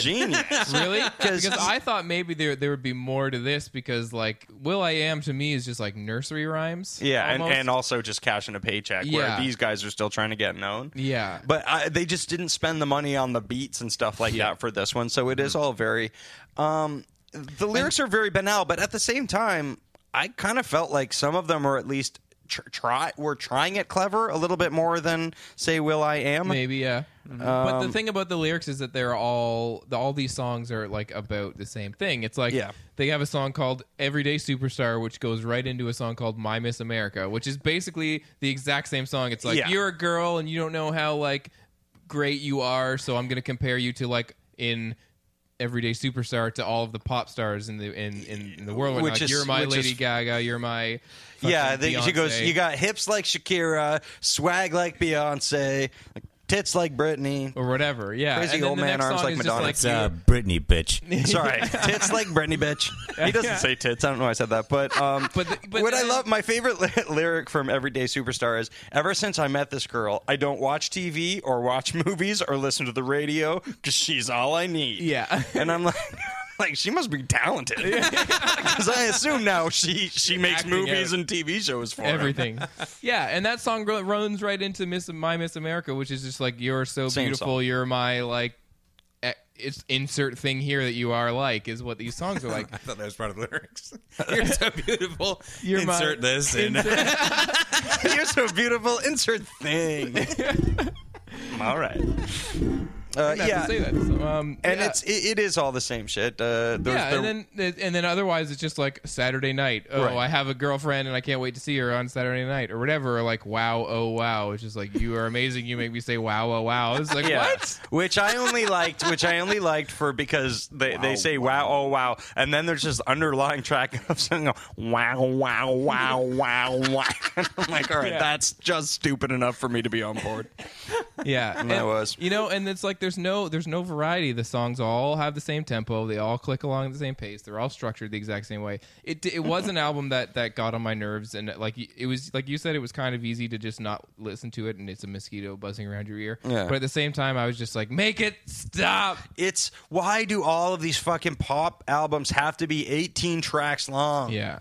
S3: genius."
S2: Really?
S3: 'Cause-
S2: because I thought maybe there there would be more to this because like Will I Am to me is just like nursery rhymes.
S3: Yeah, and,
S2: almost.
S3: and also just cashing a paycheck where
S2: Yeah.
S3: these guys are still trying to get known.
S2: Yeah.
S3: But I, they just didn't spend the money on the beats and stuff like that for this one. So it is all very. Um, the lyrics are very banal, but at the same time, I kind of felt like some of them are at least tr- try were trying it clever a little bit more than say Will I Am.
S2: Maybe, yeah. but
S3: Um,
S2: the thing about the lyrics is that they're all the, all these songs are like about the same thing. It's like
S3: Yeah.
S2: they have a song called "Everyday Superstar," which goes right into a song called "My Miss America," which is basically the exact same song. It's like
S3: Yeah.
S2: you're a girl and you don't know how like great you are, so I'm going to compare you to like in. Everyday superstar to all of the pop stars in the in, in, in the world. right now.
S3: Which
S2: Like,
S3: is-
S2: you're my
S3: which is-
S2: Lady Gaga. You're my
S3: Yeah,
S2: fucking
S3: they, she goes.
S2: Beyonce."
S3: You got hips like Shakira, swag like Beyonce, tits like Britney.
S2: or whatever. Yeah,
S3: Crazy
S2: and then
S3: old
S2: the
S3: man
S2: next
S3: arms
S2: song
S3: like
S2: is
S3: Madonna. uh,
S2: Just like, you-
S4: Britney, bitch.
S3: Sorry, tits like Britney, bitch. He doesn't say tits. I don't know why I said that, but um,
S2: But the- but
S3: what I
S2: then-
S3: love, my favorite ly- lyric from Everyday Superstar is: "Ever since I met this girl, I don't watch TV or watch movies or listen to the radio because she's all I need."
S2: Yeah.
S3: and I'm like. Like she must be talented, because I assume now she she makes
S2: Acting
S3: movies
S2: out.
S3: and TV shows for him.
S2: everything. yeah, and that song ru- runs right into Miss My Miss America, which is just like you're so
S3: Same
S2: beautiful,
S3: song.
S2: you're my like. e- It's insert thing here that you are like is what these songs are like.
S4: I thought that was part of the lyrics. You're so beautiful.
S2: You're my-
S4: Insert this in.
S3: You're so beautiful. Insert thing. All right. Uh,
S2: I have to say that. So, um,
S3: and
S2: yeah.
S3: it's it, it is all the same shit. Uh, there's
S2: yeah,
S3: the-
S2: and then and then otherwise it's just like Saturday night. Oh,
S3: Right.
S2: I have a girlfriend and I can't wait to see her on Saturday night or whatever. Or like wow, oh wow. It's just like you are amazing. You make me say wow, oh wow. It's like
S3: yeah,
S2: what?
S3: which I only liked, which I only liked for because they, they say wow oh wow, and then there's this underlying track of something wow wow wow wow wow. I'm like, all right, that's just stupid enough for me to be on board.
S2: Yeah, and,
S3: I was.
S2: You know, and it's like there's no there's no variety. The songs all have the same tempo. They all click along at the same pace. They're all structured the exact same way. It it was an album that that got on my nerves, and uh, like it was like you said, it was kind of easy to just not listen to it, and it's a mosquito buzzing around your ear.
S3: Yeah.
S2: But at the same time, I was just like, make it stop.
S3: It's why do all of these fucking pop albums have to be 18 tracks long?
S2: Yeah.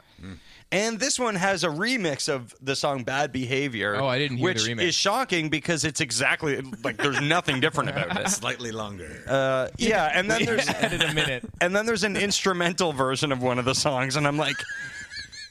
S3: And this one has a remix of the song "Bad Behavior."
S2: Oh, I didn't hear
S3: which
S2: the remix.
S3: is shocking because it's exactly like there's nothing different about it.
S4: Slightly longer.
S2: Uh,
S3: Yeah, and then there's
S2: In a minute.
S3: and then there's an instrumental version of one of the songs, and I'm like,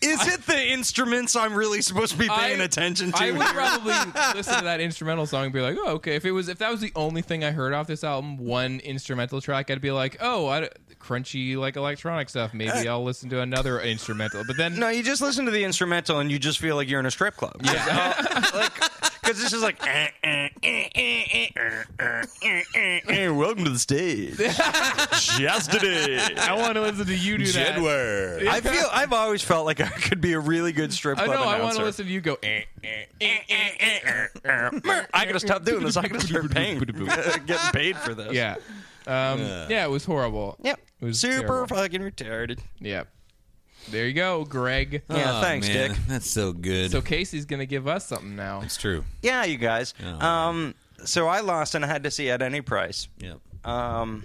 S3: is it the instruments I'm really supposed to be paying
S2: I-
S3: attention to?
S2: I would probably listen to that instrumental song and be like, "Oh, okay." If it was, if that was the only thing I heard off this album, one instrumental track, I'd be like, "Oh, I d crunchy like electronic stuff." Maybe I'll listen to another instrumental. But then,
S3: no, you just listen to the instrumental, and you just feel like you're in a strip club. Yeah, Oh. because it's just like, eh, eh, eh, eh, eh, eh, eh, eh, eh, eh, welcome to the stage, just today.
S2: I want to listen to you do that.
S3: I feel I've always felt like I could be a really good strip
S2: Oh, I
S3: club
S2: know. I want
S3: announcer.
S2: to listen to you go. Eh, eh, eh, eh.
S3: I gotta stop doing this. I gotta start paying, getting paid for this.
S2: Yeah. Um, yeah, it was horrible.
S3: Yep.
S2: It was
S3: Super
S2: terrible.
S3: fucking retarded.
S2: Yep. There you go, Greg.
S3: Yeah, thanks,
S4: Oh, man.
S3: Dick.
S4: That's so good.
S2: So Casey's gonna give us something now.
S4: it's true.
S3: Yeah, you guys. Um, so I lost and I had to see at any price.
S4: Yep.
S3: Um,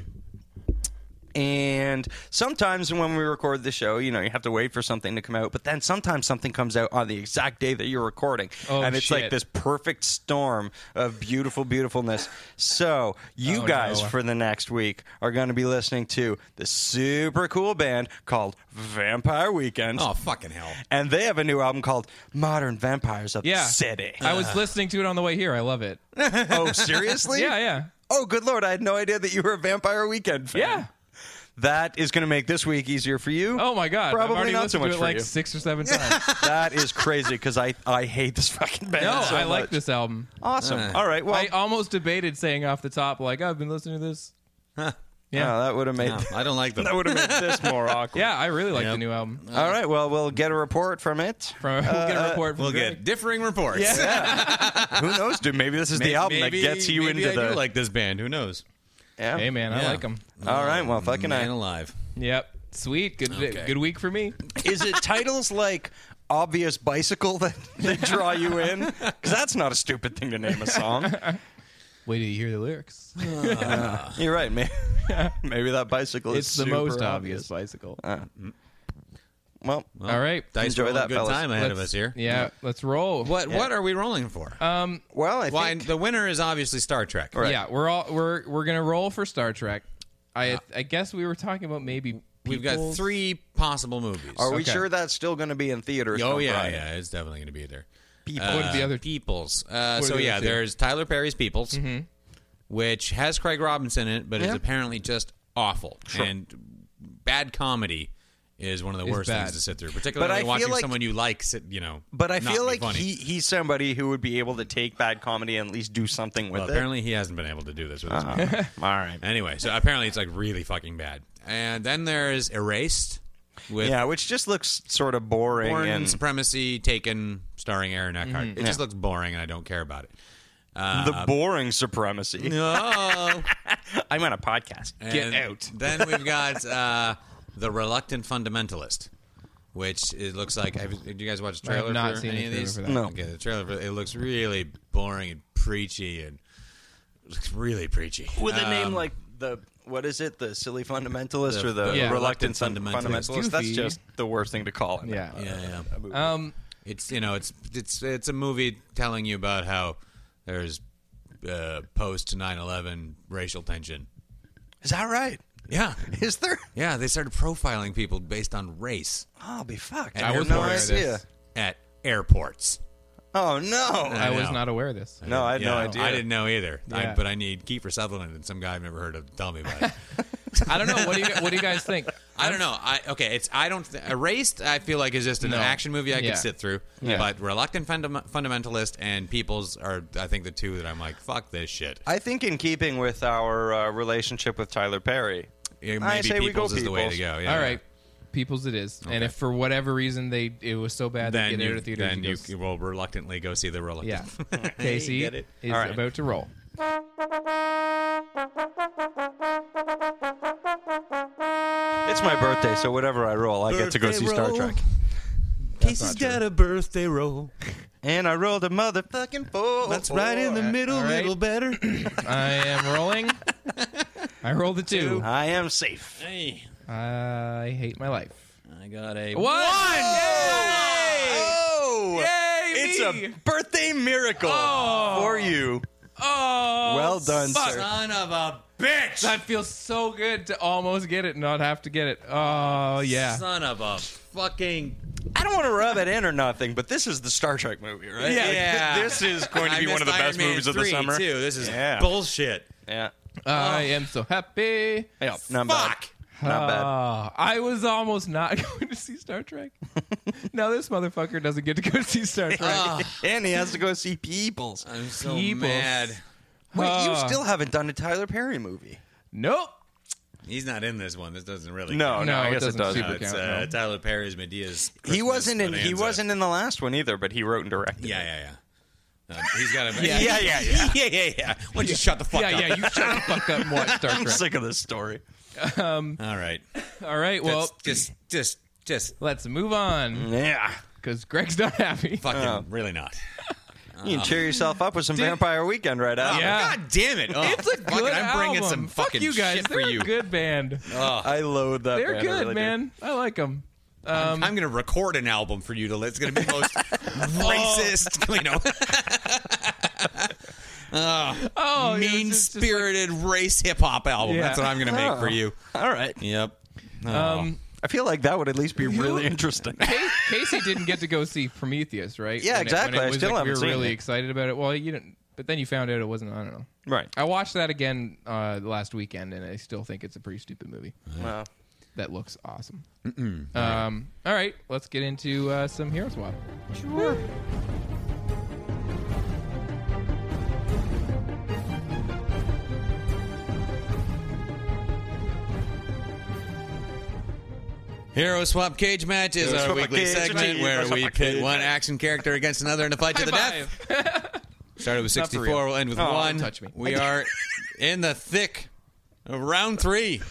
S3: and sometimes when we record the show, you know, you have to wait for something to come out, but then sometimes something comes out on the exact day that you're recording.
S2: Oh,
S3: and it's like
S2: shit.
S3: this perfect storm of beautiful beautifulness. So, you
S2: Oh,
S3: guys
S2: no.
S3: for the next week are going to be listening to the super cool band called Vampire Weekend.
S4: Oh fucking hell!
S3: And they have a new album called Modern Vampires of
S2: Yeah.
S3: the City.
S2: I was listening to it on the way here. I love it. Yeah,
S3: oh, seriously?
S2: yeah.
S3: Oh, good lord! I had no idea that you were a Vampire Weekend fan.
S2: Yeah.
S3: that is going to make this week easier for you.
S2: Oh my god! I've
S3: Probably
S2: already
S3: not so
S2: listened
S3: much
S2: to it
S3: for
S2: like
S3: you.
S2: six or seven times.
S3: that is crazy because I I hate this fucking band.
S2: no,
S3: so
S2: I like
S3: much. Oh.
S2: this album.
S3: Awesome. All right. Well,
S2: I almost debated saying off the top like I've been listening to this.
S3: yeah, that would have made
S4: No, I don't like them.
S3: that would have made this more awkward.
S2: Uh, Yeah, I really like the new album.
S3: All right. Well, we'll get a report from it.
S2: From we'll get a report from
S4: we'll
S2: Greg.
S4: get differing reports.
S3: Who knows, dude? Maybe this is
S4: May-
S3: the album
S4: maybe-
S3: that gets you
S4: maybe
S3: into
S4: I
S3: the.
S4: do like this band. Who knows?
S3: yeah.
S2: Hey man, I
S4: Yeah.
S2: like them.
S3: All right. Well, fucking.
S4: Man
S3: I,
S4: alive.
S2: Yep. Sweet. Good.
S4: Okay.
S2: Good week for me.
S3: is it titles like? Obvious bicycle that they draw you in because that's not a stupid thing to name a song.
S2: Wait till you hear the lyrics.
S3: You're right, man. Maybe that bicycle
S2: It's
S3: is
S2: the
S3: super
S2: most obvious bicycle.
S3: Well,
S2: All right.
S4: Dice
S3: Enjoy
S4: rolling
S3: that,
S4: good
S3: fellas.
S4: time ahead of
S2: Let's-
S4: us here.
S2: Yeah. Uh, Let's roll.
S4: What What are we rolling for?
S3: well, I
S4: Why
S3: think
S4: the winner is obviously Star Trek.
S2: Yeah, we're all we're we're gonna roll for Star Trek. I I guess we were talking about maybe
S4: We've got
S2: People's-
S4: three possible movies.
S3: Are we
S2: Okay.
S3: sure that's still going to be in theaters?
S4: Oh
S3: come
S4: yeah,
S3: Friday?
S4: yeah, it's definitely going to be there.
S3: People.
S2: What are the other-
S4: Peoples? Uh,
S2: what are
S4: so
S2: the other
S4: yeah,
S2: two? Mm-hmm.
S4: there's Tyler Perry's Peoples, which has Craig Robinson in it, but is
S3: Yeah.
S4: apparently just awful and bad comedy is one of the
S2: Is
S4: worst
S2: bad.
S4: things to sit through, particularly
S3: I feel
S4: watching
S3: like-
S4: someone you like. Sit, you know,
S3: But I
S4: not
S3: feel
S4: be
S3: like
S4: funny.
S3: he, he's somebody who would be able to take bad comedy and at least do something with
S4: Well,
S3: it. Uh-huh.
S4: apparently he hasn't been able to do this with his movie.
S3: All right.
S4: Anyway, so apparently it's like really fucking bad. And then there's Erased with
S3: Yeah, which just looks sort of boring.
S4: Born
S3: and
S4: Supremacy Taken starring Aaron Eckhart.
S2: Mm-hmm.
S4: It just looks boring and I don't care about it.
S3: the boring supremacy.
S4: No.
S2: Oh.
S3: I'm on a podcast.
S4: And then we've got uh, The Reluctant Fundamentalist, which it looks like. Have, did you guys watch the
S2: I have
S4: trailer
S2: not
S4: for
S2: seen
S4: any
S2: the
S4: of
S2: trailer
S4: these?
S2: for that.
S3: No.
S4: Okay, the trailer, for, it looks really boring and preachy and looks really preachy.
S3: With a name like the what is it? The silly fundamentalist
S4: The-
S3: or the
S4: the
S2: Yeah.
S3: reluctant,
S4: reluctant
S3: fun-
S4: fundamentalist.
S3: fundamentalist? That's
S2: Goofy.
S3: just the worst thing to call it.
S2: Yeah.
S4: Yeah, yeah.
S2: Um,
S4: It's you know, it's it's it's a movie telling you about how there's uh, post 9/11 racial tension.
S3: Is that right?
S4: Yeah,
S3: Is there?
S4: yeah. They started profiling people based on race
S3: I'll be fucked.
S4: I
S3: had
S4: was
S3: no
S4: aware
S2: of this.
S3: idea.
S4: at airports.
S3: Oh no!
S2: I was
S4: know.
S2: not aware of this.
S3: No, I had no
S4: Yeah,
S3: idea.
S4: I didn't know either.
S2: Yeah.
S4: I, but I need Kiefer Sutherland and some guy I've never heard of. to Tell me about it.
S2: I don't know. What do you What do you guys think?
S4: I don't know. I okay. It's I don't th- erased. I feel like is just an
S2: No.
S4: action movie I
S2: Yeah.
S4: could sit through.
S2: Yeah.
S4: But reluctant Fundam- fundamentalist and people's are I think the two that I'm like fuck this shit.
S3: I think in keeping with our uh, relationship with Tyler Perry,
S4: Yeah, Maybe
S3: I say we go
S4: people's is the way to
S3: Peoples.
S4: go. Yeah,
S2: All right, people's it is. And if for whatever reason they it was so bad they
S4: Then
S2: get out
S4: you,
S2: of theaters,
S4: then
S2: you
S4: you,
S2: go s-
S4: will reluctantly go see the
S2: yeah.
S4: reluctant.
S2: Casey
S4: get
S2: is
S4: it?
S3: right.
S2: about to roll.
S3: it's my birthday, so whatever I roll, I get to go see
S4: Birthday
S3: Star
S4: roll.
S3: Trek.
S4: Casey's got a birthday roll.
S3: And I rolled a motherfucking four.
S4: That's right in the middle,
S2: all right.
S4: little better.
S2: I am rolling. I rolled a two.
S3: I am safe.
S4: hey,
S2: I hate my life.
S4: I got a
S2: One.
S3: Oh!
S2: Yay,
S3: It's
S2: me.
S3: a birthday miracle for you.
S2: Oh,
S3: well done, sir.
S4: son of a bitch.
S2: that feels so good to almost get it and not have to get it. Oh yeah.
S4: Son of a fucking.
S3: I don't want to rub it in or nothing, but this is the Star Trek movie, right?
S4: Yeah.
S3: Like,
S4: Yeah.
S3: this is going to
S4: I
S3: be one of
S4: missed
S3: the
S4: Iron
S3: best
S4: Man
S3: movies of the
S4: 3,
S3: summer.
S4: Too. This is
S3: Yeah.
S4: bullshit.
S3: Yeah.
S2: I am so happy.
S3: Yeah, not
S4: Fuck.
S3: bad. Not bad.
S2: Ah, I was almost not going to see Star Trek. now this motherfucker doesn't get to go see Star Trek.
S4: Oh. Ah.
S3: And he has to go see Peoples.
S4: I'm so
S2: Peoples.
S4: mad.
S3: Wait, you
S2: Ah.
S3: still haven't done a Tyler Perry movie?
S2: nope.
S4: He's not in this one. This doesn't really.
S3: No,
S4: count.
S3: no,
S2: No,
S3: I
S2: it
S3: guess
S2: doesn't
S3: does.
S2: super
S4: it's
S2: count,
S4: uh,
S2: no.
S4: Tyler Perry's Medea's.
S3: He wasn't in. He
S4: Bonanza.
S3: wasn't in the last one either, but he wrote and directed.
S4: Yeah,
S3: it.
S4: yeah, yeah. Uh, he's got a.
S3: Yeah, yeah, yeah.
S4: yeah, yeah, yeah. Why don't you shut the fuck
S2: yeah,
S4: up?
S2: yeah. You shut the fuck up and watch Star
S3: I'm
S2: Trek.
S3: sick of this story.
S4: All right.
S2: All right. Well,
S4: Well, Uh, just, just, just
S2: let's move on
S3: Yeah,
S2: because Greg's not happy.
S4: fucking really not.
S3: you can cheer yourself up with some Vampire Weekend right after.
S2: Yeah.
S4: God damn it! Oh,
S2: It's a good
S4: fucking, I'm bringing
S2: album.
S4: some
S2: Fuck
S4: fucking
S2: you guys.
S4: shit for
S2: They're
S4: you.
S2: A good band.
S3: I loathe that.
S2: They're
S3: band, I
S2: good,
S3: really do.
S2: man. I like them.
S4: I'm going to record an album for you to. It's going to be the most racist, you know,
S2: Oh, yeah,
S4: mean
S2: it's just- just
S4: spirited race hip hop album.
S2: Yeah.
S4: That's what I'm going to make for you.
S3: All right.
S4: Yep.
S2: Um,
S3: I feel like that would at least be really interesting.
S2: Ca- Casey didn't get to go see Prometheus, right?
S3: Yeah,
S2: When it- when
S3: exactly.
S2: It,
S3: I
S2: was
S3: still
S2: like,
S3: haven't
S2: we were
S3: seen
S2: really
S3: it.
S2: excited about it. Well, you didn't, but then you found out it wasn't. I don't know.
S3: right.
S2: I watched that again uh, last weekend, and I still think it's a pretty stupid movie.
S3: Well,
S2: That looks awesome. Um, all right, let's get into uh, some hero swap. Sure.
S4: Hero Swap Cage Match is
S3: Hero
S4: our
S3: Swap
S4: weekly
S3: Cage
S4: segment
S3: Match.
S4: where
S3: Hero
S4: we
S3: Swap
S4: pit
S3: Cage
S4: one
S3: Match.
S4: action character against another in a fight to the death. Started with
S2: Not for
S4: 64.
S2: real.
S4: We'll end with
S3: Oh,
S4: one.
S3: don't
S2: touch me.
S4: We are in the thick of round three.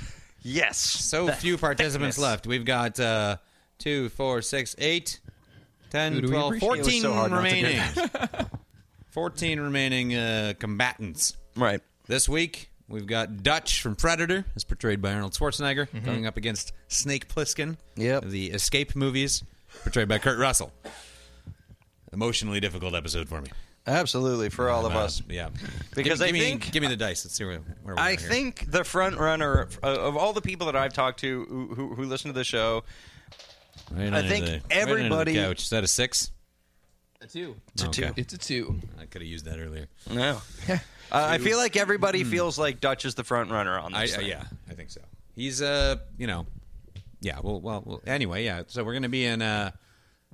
S3: yes.
S4: So few participants left. We've got uh, two, four, six, eight, ten,
S2: Who do we
S4: twelve,
S2: appreciate?
S3: It was
S4: 14
S3: so hard not to
S4: remaining.
S3: get
S4: 14 remaining uh, combatants.
S3: right.
S4: This week, we've got Dutch from Predator, as portrayed by Arnold Schwarzenegger, going up against Snake Plissken
S3: Mm-hmm. Yep.
S4: of the Escape movies, portrayed by Kurt Russell. Emotionally difficult episode for me.
S3: Absolutely, for all of
S4: Uh,
S3: us.
S4: yeah.
S3: Because
S4: give,
S3: I
S4: me-
S3: think-
S4: give me the dice. Let's see where, where we're
S3: I
S4: at here.
S3: think the front runner uh, of all the people that I've talked to who, who, who listen to the show,
S4: Right
S3: I
S4: under
S3: think
S4: the- right
S3: everybody-
S4: under the couch. Is that a six? Oh,
S2: A two.
S3: to
S4: Okay.
S3: two.
S2: It's a two.
S4: I could have used that earlier.
S3: No, uh, I feel like everybody feels like Dutch is the front runner on
S4: I,
S3: this.
S4: uh,
S3: thing.
S4: yeah, I think so. He's uh, you know, yeah. Well, well, well anyway, yeah. So we're gonna be in uh,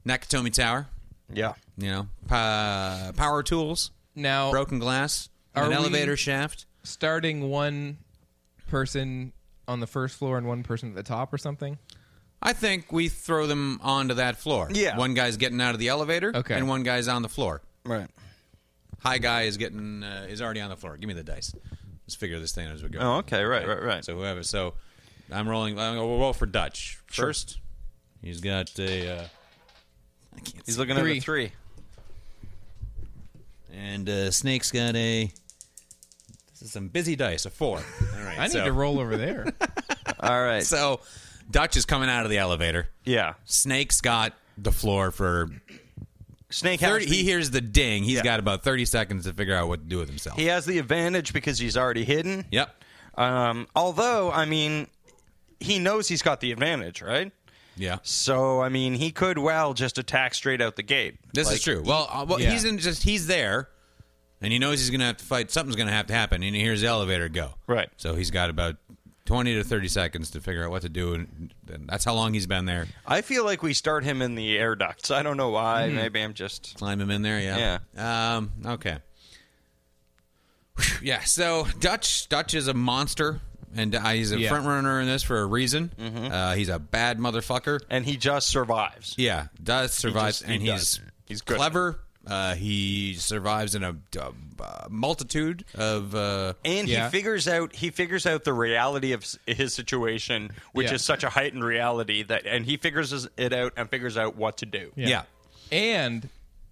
S4: Nakatomi Tower.
S3: yeah.
S4: You know, pa- power tools,
S2: Now,
S4: broken glass,
S2: Are
S4: an
S2: we-
S4: elevator shaft.
S2: starting one person on the first floor and one person at the top or something.
S4: I think we throw them onto that floor.
S3: Yeah.
S4: One guy's getting out of the elevator.
S2: Okay.
S4: And one guy's on the floor.
S3: Right.
S4: High guy is getting uh, is already on the floor. Give me the dice. Let's figure this thing out as we go.
S3: Oh, okay. Right. Right. Right.
S4: So whoever. So I'm rolling. I'm going to roll for Dutch first. He's got a. Uh, I can't
S3: he's
S4: see.
S3: looking at
S2: Three.
S3: a three.
S4: And uh, Snake's got a. This is some busy dice. A four. All right.
S2: I need
S4: so-
S2: to roll over there.
S3: All right.
S4: So Dutch is coming out of the elevator.
S3: yeah.
S4: Snake's got the floor for
S3: Snake has
S4: 30,
S3: the-
S4: he hears the ding. He's
S3: Yeah.
S4: got about 30 seconds to figure out what to do with himself.
S3: he has the advantage because he's already hidden.
S4: Yep.
S3: Um, although, I mean, he knows he's got the advantage, right?
S4: Yeah.
S3: So, I mean, he could well just attack straight out the gate.
S4: This
S3: Like,
S4: is true. Well, uh, well
S2: yeah.
S4: he's in just he's there and he knows he's going to have to fight something's going to have to happen and he hears the elevator go.
S3: Right.
S4: So he's got about 20 to 30 seconds to figure out what to do and, and that's how long he's been there.
S3: I feel like we start him in the air ducts. I don't know why. Maybe I'm just.
S4: Climb him in there, yeah. Yeah. Um okay. Whew, Yeah, so Dutch Dutch is a monster and uh, he's a
S2: Yeah.
S4: front runner in this for a reason. Uh, he's a bad motherfucker.
S3: And he just survives.
S4: Yeah, does survive,
S3: just- he
S4: and he's
S3: does. He's good.
S4: clever. Uh, he survives in a, uh multitude of. Uh,
S3: And
S2: Yeah.
S3: he figures out he figures out the reality of s- his situation, which
S2: Yeah.
S3: is such a heightened reality that, and he figures it out and figures out what to do.
S4: yeah.
S2: and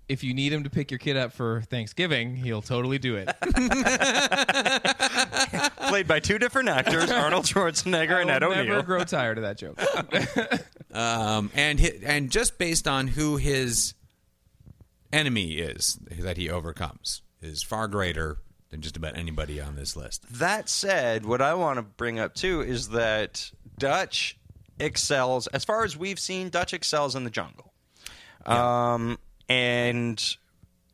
S2: if you need him to pick your kid up for Thanksgiving, he'll totally do it.
S3: Played by two different actors, Arnold Schwarzenegger and Ed
S2: I'll
S3: O'Neill.
S2: never grow tired of that joke.
S4: Um, and hi, and just based on who his enemy is that he overcomes is far greater than just about anybody on this list.
S3: That said, what I want to bring up too is that Dutch excels, as far as we've seen, Dutch excels in the jungle. Um, and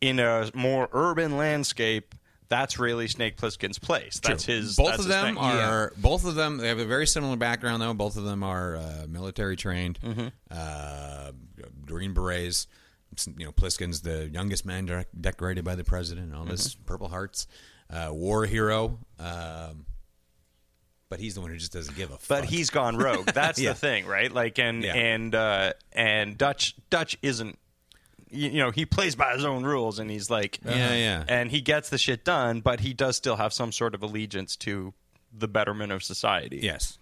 S3: in a more urban landscape, that's really Snake Plissken's place. That's his.
S4: both
S3: that's
S4: of
S3: his
S4: them
S3: thing.
S4: are both of them they have a very similar background though both of them are uh, military trained
S3: Mm-hmm.
S4: uh, green berets you know pliskin's the youngest man de- decorated by the president and all this
S3: Mm-hmm.
S4: purple hearts uh, war hero um, but he's the one who just doesn't give a fuck
S3: But he's gone rogue. That's
S4: Yeah.
S3: the thing, right? Like, and
S4: Yeah.
S3: and uh, and Dutch Dutch isn't. You, you know, he plays by his own rules, and he's like, uh,
S4: Yeah, yeah.
S3: and he gets the shit done. But he does still have some sort of allegiance to the betterment of society.
S4: yes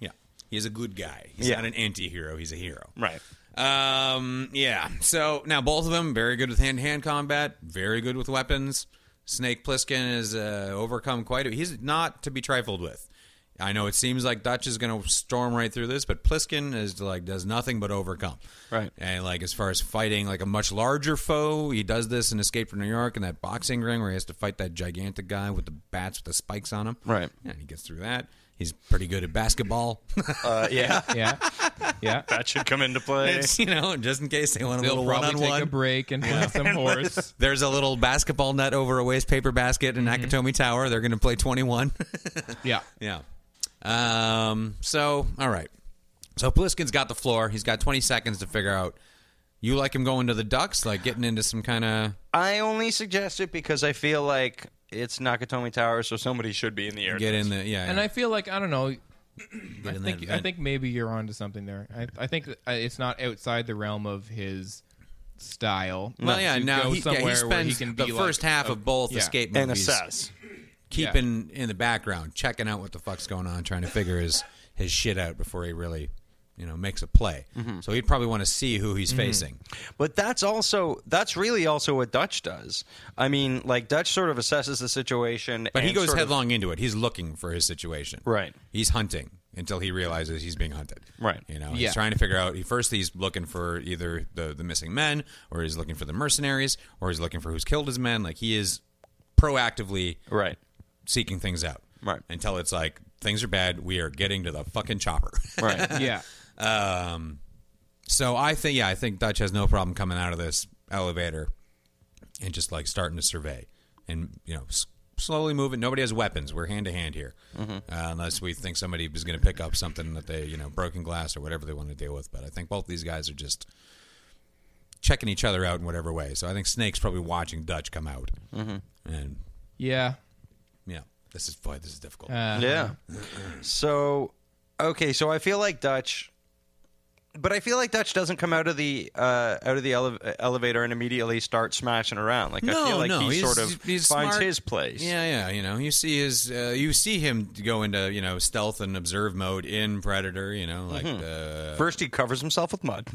S4: yeah he's a good guy he's
S3: Yeah.
S4: not an anti-hero he's a hero
S3: right.
S4: Um, yeah. So now both of them very good with hand to hand combat, very good with weapons. Snake Plissken has uh, overcome quite a. He's not to be trifled with. I know it seems like Dutch is going to storm right through this, but Pliskin is like does nothing but overcome.
S3: Right.
S4: And like as far as fighting like a much larger foe, he does this in Escape from New York in that boxing ring where he has to fight that gigantic guy with the bats with the spikes on him.
S3: Right.
S4: And he gets through that. He's pretty good at basketball.
S3: Uh, yeah,
S2: yeah, yeah.
S3: that should come into play.
S4: It's, you know, just in case they want a
S2: They'll
S4: little
S2: probably
S4: one-on-one.
S2: take a break and play some horse.
S4: There's a little basketball net over a waste paper basket in Nakatomi Tower. They're going to play 21.
S2: Mm-hmm. Yeah,
S4: yeah. Um, so, all right. So Pliskin's got the floor. He's got 20 seconds to figure out. You like him going to the Ducks, like getting into some kind of.
S3: I only suggest it because I feel like it's Nakatomi Tower, so somebody should be in the air.
S4: Get in the. Yeah.
S2: and I feel like I don't know.
S4: get in
S2: I
S4: that
S2: think I
S4: event.
S2: think maybe you're onto something there. I, I think that, uh, it's not outside the realm of his style.
S4: Well, yeah,
S2: to go
S4: now he, yeah, he
S2: somewhere where
S4: spends
S2: he can
S4: the
S2: be like
S4: first half
S2: a-
S4: of both
S2: yeah.
S4: escape
S3: and
S4: movies
S3: assess.
S4: keeping in the background, checking out what the fuck's going on, trying to figure his his shit out before he really, you know, makes a play.
S3: Mm-hmm.
S4: So he'd probably want to see who
S2: Mm-hmm.
S4: he's facing.
S3: But that's also that's really also what Dutch does. I mean, like Dutch sort of assesses the situation,
S4: But he
S3: and
S4: goes
S3: sort of-
S4: headlong into it. He's looking for his situation.
S3: Right.
S4: He's hunting. until he realizes he's being hunted.
S3: Right.
S4: You know,
S2: Yeah.
S4: he's trying to figure out. He first he's looking for either the the missing men, or he's looking for the mercenaries, or he's looking for who's killed his men. Like he is proactively
S3: Right.
S4: seeking things out.
S3: Right.
S4: Until it's like things are bad. We are getting to the fucking chopper.
S3: Right.
S2: yeah.
S4: Um, so I think, yeah, I think Dutch has no problem coming out of this elevator and just like starting to survey and you know s- slowly moving. Nobody has weapons. We're hand to hand here, uh, unless we think somebody is going to pick up something that they you know broken glass or whatever they want to deal with. But I think both these guys are just checking each other out in whatever way. So I think Snake's probably watching Dutch come out, and
S2: Yeah.
S4: yeah, this is boy, this is difficult.
S3: Yeah. So, okay, so I feel like Dutch, but I feel like Dutch doesn't come out of the uh, out of the ele- elevator and immediately start smashing around. Like I feel like he
S4: he's-
S3: sort of
S4: he's
S3: finds
S4: smart.
S3: his place.
S4: Yeah, yeah. You know, you see his, uh, you see him go into you know stealth and observe mode in Predator. You
S3: Mm-hmm.
S4: know, like the
S3: First, he covers himself with mud.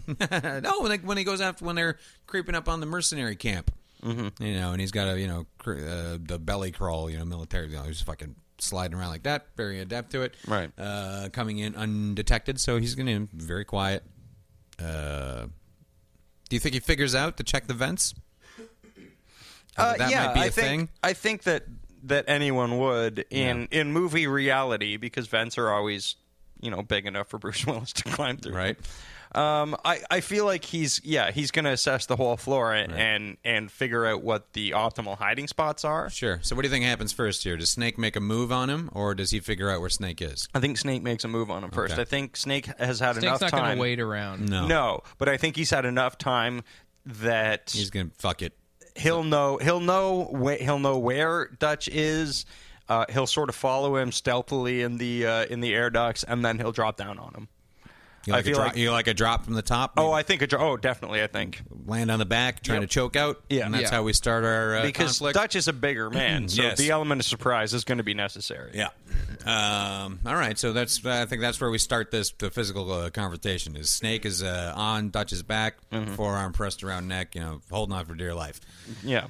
S4: oh, like when he goes after when they're creeping up on the mercenary camp. Mm-hmm. You know, and he's got a you know cr- uh, the belly crawl. You know, military. You know, he's fucking sliding around like that. Very adept to it.
S3: Right.
S4: Uh, coming in undetected, so he's going to very quiet. Uh, do you think he figures out to check the vents?
S3: Uh,
S4: that
S3: yeah,
S4: might be
S3: I
S4: a
S3: think,
S4: thing.
S3: I think that that anyone would in in movie reality because vents are always you know big enough for Bruce Willis to climb through.
S4: Right.
S3: Um, I, I feel like he's yeah he's going to assess the whole floor and, and and figure out what the optimal hiding spots are.
S4: Sure. So, what do you think happens first here? Does Snake make a move on him, or does he figure out where Snake is?
S3: I think Snake makes a move on him first.
S4: Okay.
S3: I think Snake has had
S2: Snake's
S3: enough
S2: not going
S3: time.
S2: to wait around.
S4: No.
S3: No, but I think he's had enough time that
S4: He's gonna fuck it.
S3: he'll know he'll know wh- he'll know where Dutch is. Uh, he'll sort of follow him stealthily in the uh, in the air ducts, and then he'll drop down on him.
S4: You
S3: I
S4: like, a,
S3: feel
S4: dro-
S3: like-
S4: you like a drop from the top.
S3: Oh, I think. A, dr- oh, definitely, I think
S4: land on the back, trying to choke out.
S3: Yeah.
S4: And that's
S2: Yeah.
S4: how we start our uh,
S3: because
S4: conflict.
S3: Dutch is a bigger man, so
S4: Yes.
S3: the element of surprise is going to be necessary.
S4: yeah. Um, all right. So that's I think that's where we start this the physical uh, confrontation. Is Snake is uh, on Dutch's back,
S3: Mm-hmm.
S4: forearm pressed around neck, you know, holding on for dear life.
S3: yeah.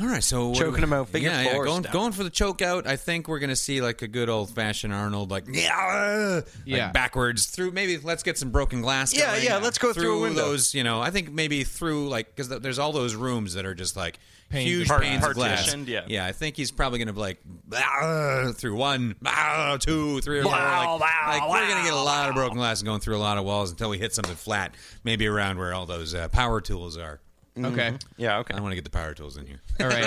S4: All right, so what
S3: Choking
S4: do
S3: him out, figure
S4: yeah,
S3: four
S4: yeah, going,
S3: style.
S4: going for the choke out. I think we're gonna see like a good old fashioned Arnold, like yeah,
S2: Yeah.
S4: like backwards through. Maybe let's get some broken glass.
S3: Yeah,
S4: going.
S3: yeah, let's go through a window.
S4: those. You know, I think maybe through like because th- there's all those rooms that are just like
S2: Panes
S4: huge
S2: of glass.
S4: panes of glass.
S3: Partitioned, yeah.
S4: yeah. I think he's probably gonna be like "Ah," through one, "Ah," two, three. or four,
S3: Wow,
S4: like,
S3: wow,
S4: like, we're gonna get a
S3: wow,
S4: lot of broken glass going through a lot of walls until we hit something flat, maybe around where all those uh, power tools are. Mm-hmm.
S2: Okay.
S3: Yeah. Okay.
S4: I want to get the power tools in here.
S2: All right.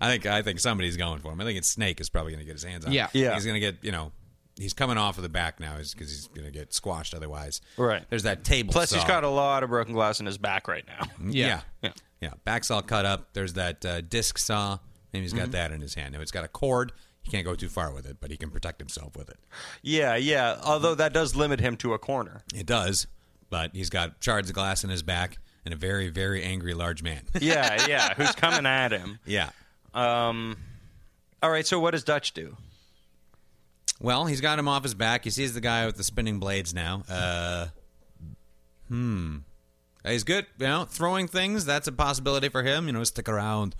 S4: I think I think somebody's going for him. I think it's Snake is probably going to get his hands on. him.
S2: Yeah.
S3: Yeah.
S4: He's going to get you know he's coming off of the back now because he's going to get squashed otherwise.
S3: Right.
S4: There's that table.
S3: Plus, he's
S4: saw.
S3: got a lot of broken glass in his back right now.
S4: yeah.
S3: Yeah.
S4: yeah Back's all cut up. There's that uh, disc saw. Maybe he's got
S3: Mm-hmm.
S4: that in his hand. Now it's got a cord. He can't go too far with it, but he can protect himself with it.
S3: Yeah, yeah. Although that does limit him to a corner.
S4: It does, but he's got shards of glass in his back and a very very angry large man.
S3: Yeah, yeah. Who's coming at him?
S4: yeah.
S3: Um, all right. So what does Dutch do?
S4: Well, he's got him off his back. He sees the guy with the spinning blades now. Uh, hmm. He's good. You know, throwing things, that's a possibility for him. You know, stick around.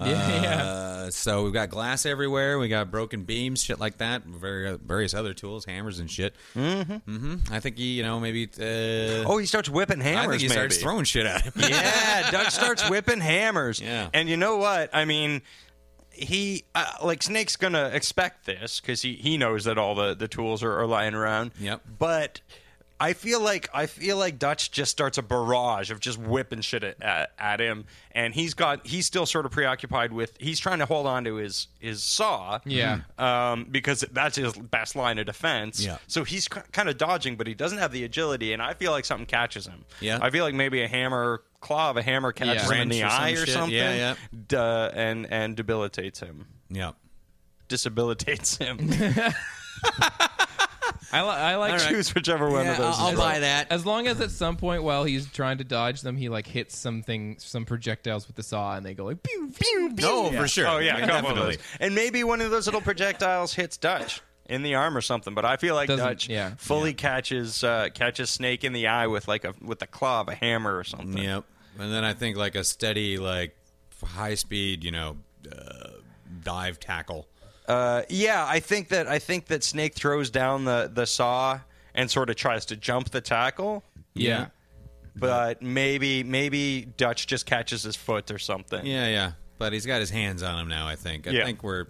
S2: Yeah, yeah.
S4: Uh, so we've got glass everywhere. We got broken beams, shit like that. Very, uh, various other tools, hammers and shit. Mm-hmm. mm-hmm. I think he, you know, maybe. Uh,
S3: Oh, he starts whipping hammers.
S4: I think he
S3: maybe.
S4: starts throwing shit at him.
S3: Yeah, Dutch starts whipping hammers.
S4: Yeah.
S3: And you know what? I mean, he uh, like Snake's gonna expect this because he he knows that all the the tools are, are lying around.
S4: Yep.
S3: But. I feel like I feel like Dutch just starts a barrage of just whipping shit at, at, at him, and he's got he's still sort of preoccupied with he's trying to hold on to his his saw,
S2: Yeah.
S3: um, because that's his best line of defense.
S4: Yeah.
S3: So he's kind of dodging, but he doesn't have the agility, and I feel like something catches him.
S4: Yeah.
S3: I feel like maybe a hammer, claw of a hammer catches
S2: Yeah.
S3: him in the
S4: Wrench or some
S3: eye or
S4: shit.
S3: something,
S4: Yeah, yeah.
S3: duh, and and debilitates him,
S4: Yep.
S3: disabilitates him.
S2: I, li- I like
S3: Choose whichever one
S4: Yeah,
S3: of those.
S4: I'll, I'll
S3: is
S4: buy
S3: right.
S4: that.
S2: As long as at some point while he's trying to dodge them, he like hits something, some projectiles with the saw, and they go like pew pew. pew.
S4: Oh, for sure.
S3: Oh yeah, a couple of
S4: definitely.
S3: those. And maybe one of those little projectiles hits Dutch in the arm or something. But I feel like
S2: Doesn't-
S3: Dutch
S2: yeah.
S3: fully catches uh, catches Snake in the eye with like a with the claw of a hammer or something.
S4: Yep. And then I think like a steady, like high speed, you know, uh, dive tackle.
S3: Uh, yeah, I think that I think that Snake throws down the the saw and sort of tries to jump the tackle,
S2: Yeah.
S3: but maybe maybe Dutch just catches his foot or something.
S4: Yeah, yeah. But he's got his hands on him now. I think. I
S3: Yeah.
S4: think we're.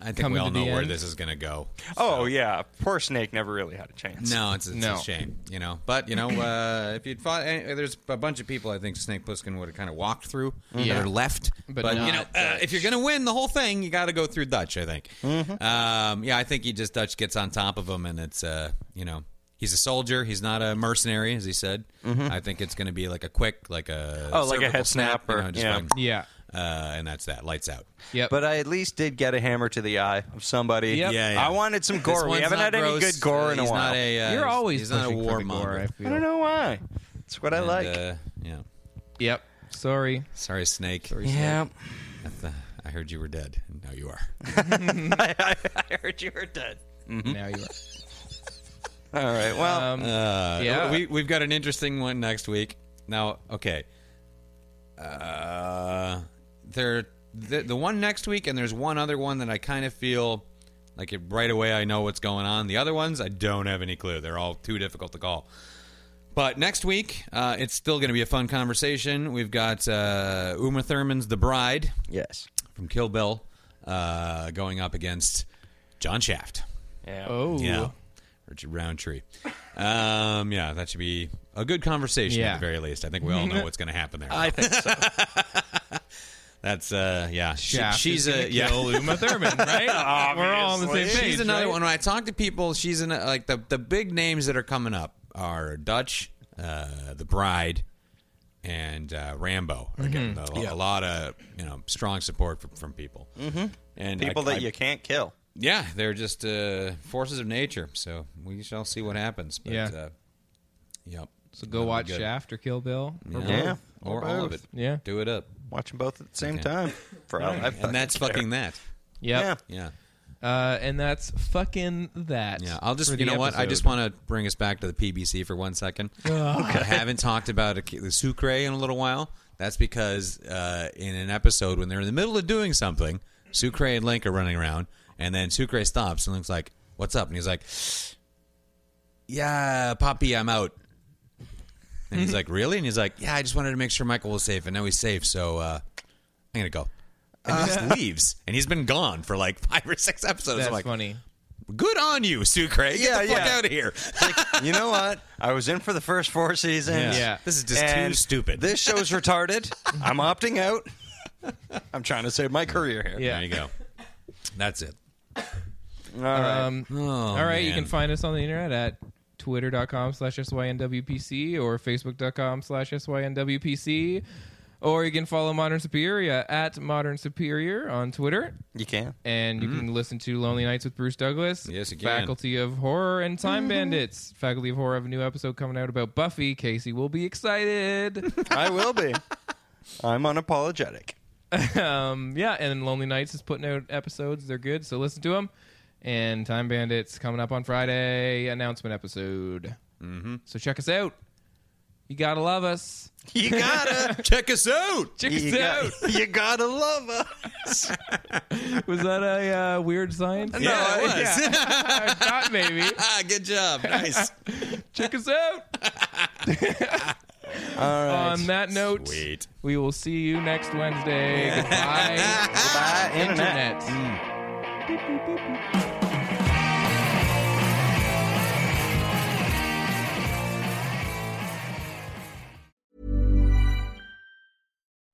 S4: I think
S2: Coming
S4: we all
S2: to the
S4: know where
S2: end?
S4: this is going to go.
S3: Oh yeah, poor Snake never really had a chance.
S4: No, it's, it's
S2: No.
S4: a shame, you know. But you know, uh, if you'd fought, any, there's a bunch of people I think Snake Plissken would have kind of walked through
S2: Yeah.
S4: that are left.
S2: But
S4: But, you know,
S2: not
S4: uh, if you're gonna win the whole thing, you got to go through Dutch. I think.
S3: Mm-hmm.
S4: Um, yeah, I think he just Dutch gets on top of him, and it's uh, you know. He's a soldier. He's not a mercenary, as he said.
S3: Mm-hmm.
S4: I think it's going to be like a quick, like a
S3: Oh, like a
S4: cervical
S3: head
S4: snap,
S3: snap or-
S4: you know, just
S3: yeah.
S4: fucking-
S2: Yeah.
S4: uh, and that's that. Lights out.
S2: Yep.
S3: But I at least did get a hammer to the eye of somebody.
S2: Yep.
S4: Yeah, yeah.
S3: I wanted some
S4: This
S3: gore. We
S4: one's
S3: haven't
S4: not
S3: had
S4: gross.
S3: any good gore
S4: Uh,
S3: in a
S4: he's
S3: while.
S4: Not a, uh,
S2: you're
S4: he's-
S2: always
S4: he's not a
S2: pushing for the
S4: warmonger.
S2: gore, I feel.
S3: I don't know why. It's what I
S4: And,
S3: like.
S4: uh, yeah.
S2: Yep. Sorry.
S4: Sorry, Snake.
S3: yeah.
S4: I, th- I heard you were dead. and Now you are.
S3: I,
S4: uh,
S3: I, I heard you were dead.
S2: Mm-hmm. Now you are.
S3: All right. Well,
S2: Um,
S4: Uh,
S2: yeah.
S4: we, we've got an interesting one next week. Now, okay. Uh, there, the, the one next week, and there's one other one that I kind of feel like it, right away I know what's going on. The other ones, I don't have any clue. They're all too difficult to call. But next week, uh, it's still going to be a fun conversation. We've got uh, Uma Thurman's The Bride
S3: yes.
S4: from Kill Bill uh, going up against John Shaft.
S3: Yeah.
S2: oh.
S4: Yeah. Richard Roundtree. Um, yeah, that should be a good conversation
S2: Yeah.
S4: at the very least. I think we all know what's going to happen there.
S3: I think so.
S4: That's uh, yeah. She-
S2: Shaft
S4: she's
S2: is gonna
S4: a yeah.
S2: kill Uma Thurman, right? We're all on the same
S3: Obviously.
S2: page.
S4: she's another
S2: right?
S4: one. When I talk to people, she's in a- like the the big names that are coming up are Dutch, uh, the Bride, and uh, Rambo.
S2: Mm-hmm.
S4: Are getting a, a lot of you know strong support from, from people. Mm-hmm. And I-
S3: People
S4: I-
S3: that you can't kill.
S4: yeah, they're just uh, forces of nature. So we shall see what happens. But,
S2: Yeah.
S4: Uh, yep.
S2: So go watch Shaft or Kill Bill. Or both.
S3: Yeah.
S4: Oh, or,
S3: Or
S4: all
S3: both.
S4: of it.
S2: Yeah.
S4: do it up,
S3: Watching both at the same time. For all I fucking
S4: and that's
S3: care.
S4: fucking that.
S2: Yep.
S4: Yeah,
S2: Uh, and that's fucking that.
S4: yeah. I'll just
S2: for
S4: you
S2: the
S4: know what I
S2: episode.
S4: just want to bring us back to the PBC for one second. I haven't talked about a, the sucre in a little while. That's because uh, in an episode when they're in the middle of doing something, Sucre and Link are running around, and then Sucre stops and Link's like, "What's up?" And he's like, "Yeah, Poppy, I'm out." And he's like, "Really?" And he's like, "Yeah, I just wanted to make sure Michael was safe, and now he's safe, so uh, I'm gonna go." And he just leaves, and he's been gone for like five or six episodes.
S2: Uh, That's
S4: I'm like,
S2: funny.
S4: "Good on you, Sucre. Get
S3: Yeah,
S4: the fuck
S3: yeah.
S4: out of here."
S3: you know what? I was in for the first four seasons.
S2: Yeah. Yeah.
S4: This is just
S3: and
S4: too stupid.
S3: This show's retarded. I'm opting out. I'm trying to save my career here.
S2: Yeah.
S4: There you go. That's it.
S3: All right.
S2: Um, all right, you
S4: Oh, man.
S2: can find us on the internet at twitter.com slash synwpc or facebook.com slash synwpc or you can follow modern superior at modern superior on twitter
S3: you can.
S2: and you can listen to lonely nights with bruce douglas
S4: Mm-hmm. Yes, you can.
S2: faculty of horror and
S4: Mm-hmm.
S2: time bandits faculty of horror have a new episode coming out about buffy casey will be excited
S3: I will be. I'm unapologetic.
S2: um, yeah and lonely nights is putting out episodes they're good so listen to them and time bandits coming up on friday announcement episode mm-hmm. so check us out you gotta love us
S3: You gotta.
S4: Check us out.
S2: check
S3: you,
S2: us out
S3: got, you gotta love us.
S2: was that a uh, weird sign no
S4: Yeah, it was.
S2: i thought maybe
S4: Ah, good job. Nice.
S2: check us out on that note
S4: Sweet.
S2: we will see you next wednesday goodbye
S3: Bye, internet.
S2: internet